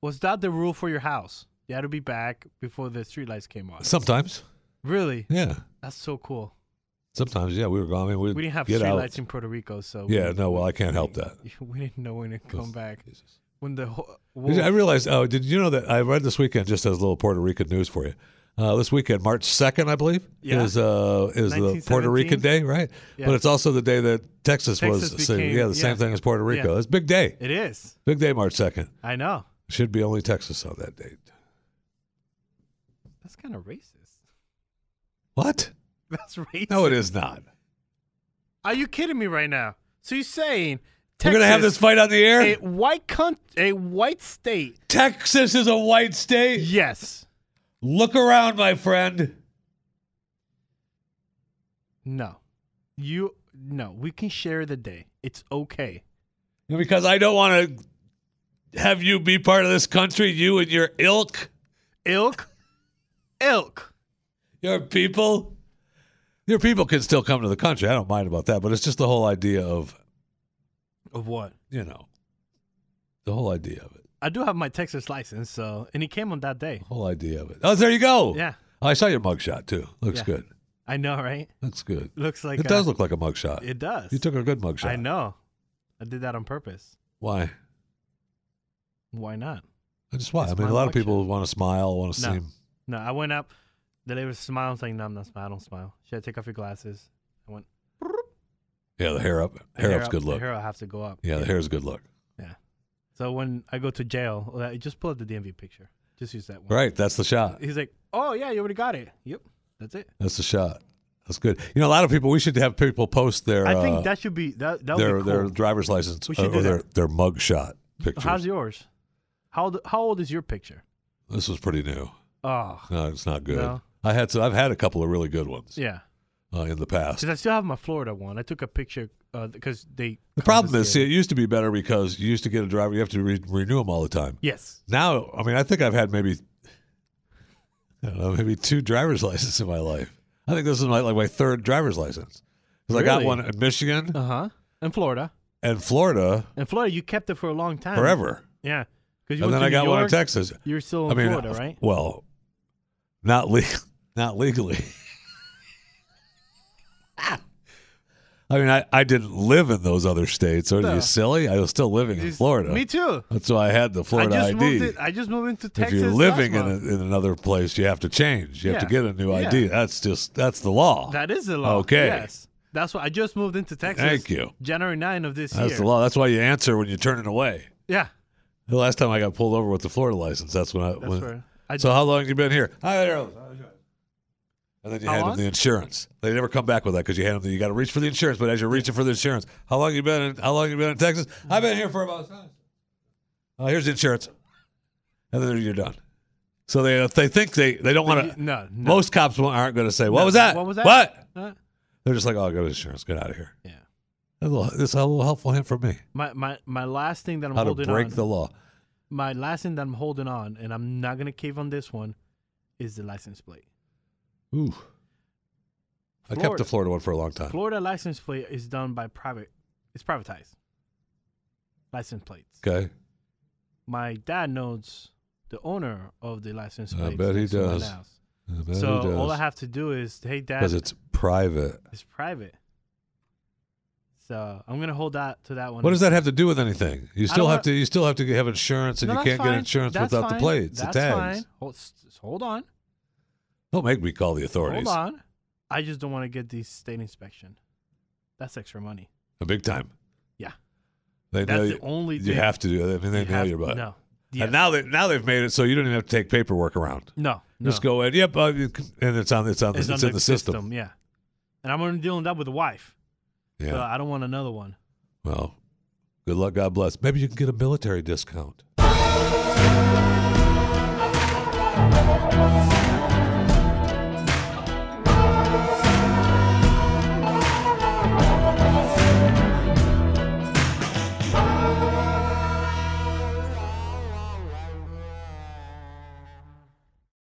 Speaker 2: Was that the rule for your house? You had to be back before the streetlights came on.
Speaker 1: Sometimes,
Speaker 2: Really?
Speaker 1: yeah.
Speaker 2: That's so cool.
Speaker 1: Sometimes, yeah. We were gone. I mean, we'd
Speaker 2: We didn't have
Speaker 1: get out.
Speaker 2: streetlights in Puerto Rico, so we-
Speaker 1: Yeah, no. Well, I can't help that.
Speaker 2: We didn't know when to come back.
Speaker 1: Jesus.
Speaker 2: When the whole,
Speaker 1: Did you- I realized. Oh, did you know that I read this weekend? Just as a little Puerto Rican news for you. Uh, this weekend, March second, I believe,
Speaker 2: Yeah.
Speaker 1: is uh, is the Puerto
Speaker 2: 1917?
Speaker 1: Rican Day, right?
Speaker 2: Yeah.
Speaker 1: But it's also the day that Texas, was.
Speaker 2: Texas
Speaker 1: so,
Speaker 2: became-
Speaker 1: yeah, the same
Speaker 2: yeah.
Speaker 1: thing as Puerto Rico.
Speaker 2: Yeah.
Speaker 1: It's a big day,
Speaker 2: it is.
Speaker 1: big day, March second.
Speaker 2: I know.
Speaker 1: Should be only Texas on that date.
Speaker 2: That's kind of racist.
Speaker 1: What?
Speaker 2: That's racist.
Speaker 1: No, it is not.
Speaker 2: Are you kidding me right now? So you're saying
Speaker 1: We're
Speaker 2: Texas,
Speaker 1: gonna have this fight on the air.
Speaker 2: a white con- a white state?
Speaker 1: Texas is a white state.
Speaker 2: Yes.
Speaker 1: Look around, my friend.
Speaker 2: No. You no. We can share the day. It's okay.
Speaker 1: Because I don't want to have you be part of this country, you and your ilk.
Speaker 2: Ilk, ilk.
Speaker 1: Your people, your people can still come to the country. I don't mind about that, but it's just the whole idea of
Speaker 2: Of what?
Speaker 1: you know, the whole idea of it,
Speaker 2: I do have my Texas license, so and he came on that day.
Speaker 1: the whole idea of it. Oh, there you go.
Speaker 2: Yeah.
Speaker 1: I saw your mugshot too. Looks
Speaker 2: Yeah.
Speaker 1: good.
Speaker 2: I know, right?
Speaker 1: Looks good.
Speaker 2: Looks like
Speaker 1: it does
Speaker 2: uh,
Speaker 1: look like a mugshot.
Speaker 2: It does.
Speaker 1: You took a good mugshot.
Speaker 2: I know. I did that on purpose.
Speaker 1: Why?
Speaker 2: Why not?
Speaker 1: I just why?
Speaker 2: It's
Speaker 1: I mean,
Speaker 2: my
Speaker 1: a lot of
Speaker 2: election.
Speaker 1: people want to smile, want to
Speaker 2: No.
Speaker 1: seem.
Speaker 2: No, I went up. The lady was smiling, saying, "No, I'm not smiling. I don't smile." She had to take off your glasses. I went.
Speaker 1: Yeah, the hair up.
Speaker 2: the
Speaker 1: hair up's
Speaker 2: up-
Speaker 1: good
Speaker 2: the
Speaker 1: look.
Speaker 2: Hair up has to go up.
Speaker 1: yeah, the hair's a good look.
Speaker 2: So when I go to jail, uh, just pull up the DMV picture. Just use that one.
Speaker 1: Right, that's the shot.
Speaker 2: He's like, "Oh yeah, you already got it. Yep, that's it."
Speaker 1: That's the shot. That's good. You know, a lot of people. We should have people post their
Speaker 2: I think
Speaker 1: uh,
Speaker 2: that should be that. That would
Speaker 1: their
Speaker 2: be
Speaker 1: their
Speaker 2: cool.
Speaker 1: driver's license
Speaker 2: We
Speaker 1: uh,
Speaker 2: should
Speaker 1: or
Speaker 2: do
Speaker 1: their
Speaker 2: that.
Speaker 1: their mug shot pictures.
Speaker 2: How's yours? How old, how old is your picture?
Speaker 1: this was pretty new.
Speaker 2: Oh,
Speaker 1: No, it's not good.
Speaker 2: No.
Speaker 1: I had so I've had a couple of really good ones
Speaker 2: yeah.
Speaker 1: uh, in the past.
Speaker 2: Because I still have my Florida one. I took a picture because they.
Speaker 1: The problem is, see,
Speaker 2: confiscated-
Speaker 1: it used to be better because you used to get a driver, you have to re- renew them all the time.
Speaker 2: Yes.
Speaker 1: Now, I mean, I think I've had maybe, I don't know, maybe two driver's licenses in my life. I think this is my like my third driver's license because I got
Speaker 2: Really?
Speaker 1: one in Michigan
Speaker 2: Uh huh. In Florida.
Speaker 1: and Florida
Speaker 2: In Florida, you kept it for a long time.
Speaker 1: forever,
Speaker 2: Yeah. Because you
Speaker 1: and
Speaker 2: went
Speaker 1: then
Speaker 2: to
Speaker 1: I
Speaker 2: New
Speaker 1: got one in
Speaker 2: York,
Speaker 1: Texas.
Speaker 2: You're still in
Speaker 1: I mean,
Speaker 2: Florida, right?
Speaker 1: well, not legal, not legally. I mean, I, I didn't live in those other states. Are you silly? I was still living in
Speaker 2: Just-
Speaker 1: Florida.
Speaker 2: Me too.
Speaker 1: That's why I had the Florida
Speaker 2: I just
Speaker 1: ID.
Speaker 2: moved it. I just moved into
Speaker 1: if
Speaker 2: Texas.
Speaker 1: you're living in,
Speaker 2: last
Speaker 1: a,
Speaker 2: month.
Speaker 1: in another place, you have to change. You have to
Speaker 2: Yeah.
Speaker 1: get a new
Speaker 2: Yeah.
Speaker 1: ID. That's just that's the law.
Speaker 2: that is the law.
Speaker 1: Okay.
Speaker 2: Yes. That's why I just moved into Texas.
Speaker 1: Thank you.
Speaker 2: January 9 of this
Speaker 1: that's
Speaker 2: year.
Speaker 1: the law. That's why you answer when you're turning away.
Speaker 2: Yeah.
Speaker 1: The last time I got pulled over with the Florida license, that's when I.
Speaker 2: That's
Speaker 1: when-
Speaker 2: where I
Speaker 1: so how long you been here? Hi, Harold. And then you
Speaker 2: How
Speaker 1: hand
Speaker 2: long?
Speaker 1: them the insurance. They never come back with that because you hand them. The, you got to reach for the insurance, but as you're reaching for the insurance, how long you been? In, how long you been in Texas? I've been here for about. Oh, here's the insurance, and then you're done. So they if they think they they don't want
Speaker 2: You-
Speaker 1: to.
Speaker 2: no, no.
Speaker 1: Most cops won't- aren't going to say, "What
Speaker 2: No.
Speaker 1: was that?
Speaker 2: What was that?
Speaker 1: What?"
Speaker 2: Uh,
Speaker 1: They're just like, "Oh, go to insurance. Get out of here."
Speaker 2: yeah.
Speaker 1: That's a little, that's a little helpful hint for me.
Speaker 2: My, my my last thing that I'm
Speaker 1: How to
Speaker 2: holding
Speaker 1: break
Speaker 2: on.
Speaker 1: the law.
Speaker 2: my last thing that I'm holding on, and I'm not gonna cave on this one, is the license plate.
Speaker 1: Ooh, I kept the
Speaker 2: Florida-
Speaker 1: Florida one for a long time.
Speaker 2: Florida license plate is done by private. It's privatized. License plates.
Speaker 1: Okay,
Speaker 2: My dad knows the owner of the license
Speaker 1: I
Speaker 2: plate.
Speaker 1: bet he does.
Speaker 2: So all I have to do is, hey dad,
Speaker 1: because it's private.
Speaker 2: it's private. So I'm gonna hold that to that one.
Speaker 1: What does that have to do with anything? You still
Speaker 2: don't
Speaker 1: have
Speaker 2: wanna-
Speaker 1: to. You still have to have insurance, and
Speaker 2: No,
Speaker 1: you
Speaker 2: that's
Speaker 1: can't get
Speaker 2: fine.
Speaker 1: insurance
Speaker 2: That's
Speaker 1: without
Speaker 2: fine.
Speaker 1: the plates,
Speaker 2: That's
Speaker 1: the tags.
Speaker 2: fine. Hold, s- s- hold on.
Speaker 1: Don't make me call the authorities.
Speaker 2: Hold on. I just don't want to get the state inspection. That's extra money.
Speaker 1: A big time.
Speaker 2: Yeah.
Speaker 1: They
Speaker 2: That's
Speaker 1: know
Speaker 2: the
Speaker 1: you,
Speaker 2: only
Speaker 1: you
Speaker 2: thing-
Speaker 1: have to do. that. I mean, they
Speaker 2: You
Speaker 1: nail
Speaker 2: have-
Speaker 1: your butt.
Speaker 2: No.
Speaker 1: And
Speaker 2: Yes.
Speaker 1: now they now they've made it so you don't even have to take paperwork around.
Speaker 2: no. no.
Speaker 1: Just go in. Yep, uh, you can- and it's on. It's on. It's,
Speaker 2: on
Speaker 1: in the system.
Speaker 2: Yeah. And I'm already dealing that with a wife.
Speaker 1: Yeah.
Speaker 2: So I don't want another one.
Speaker 1: well, good luck. God bless. Maybe you can get a military discount.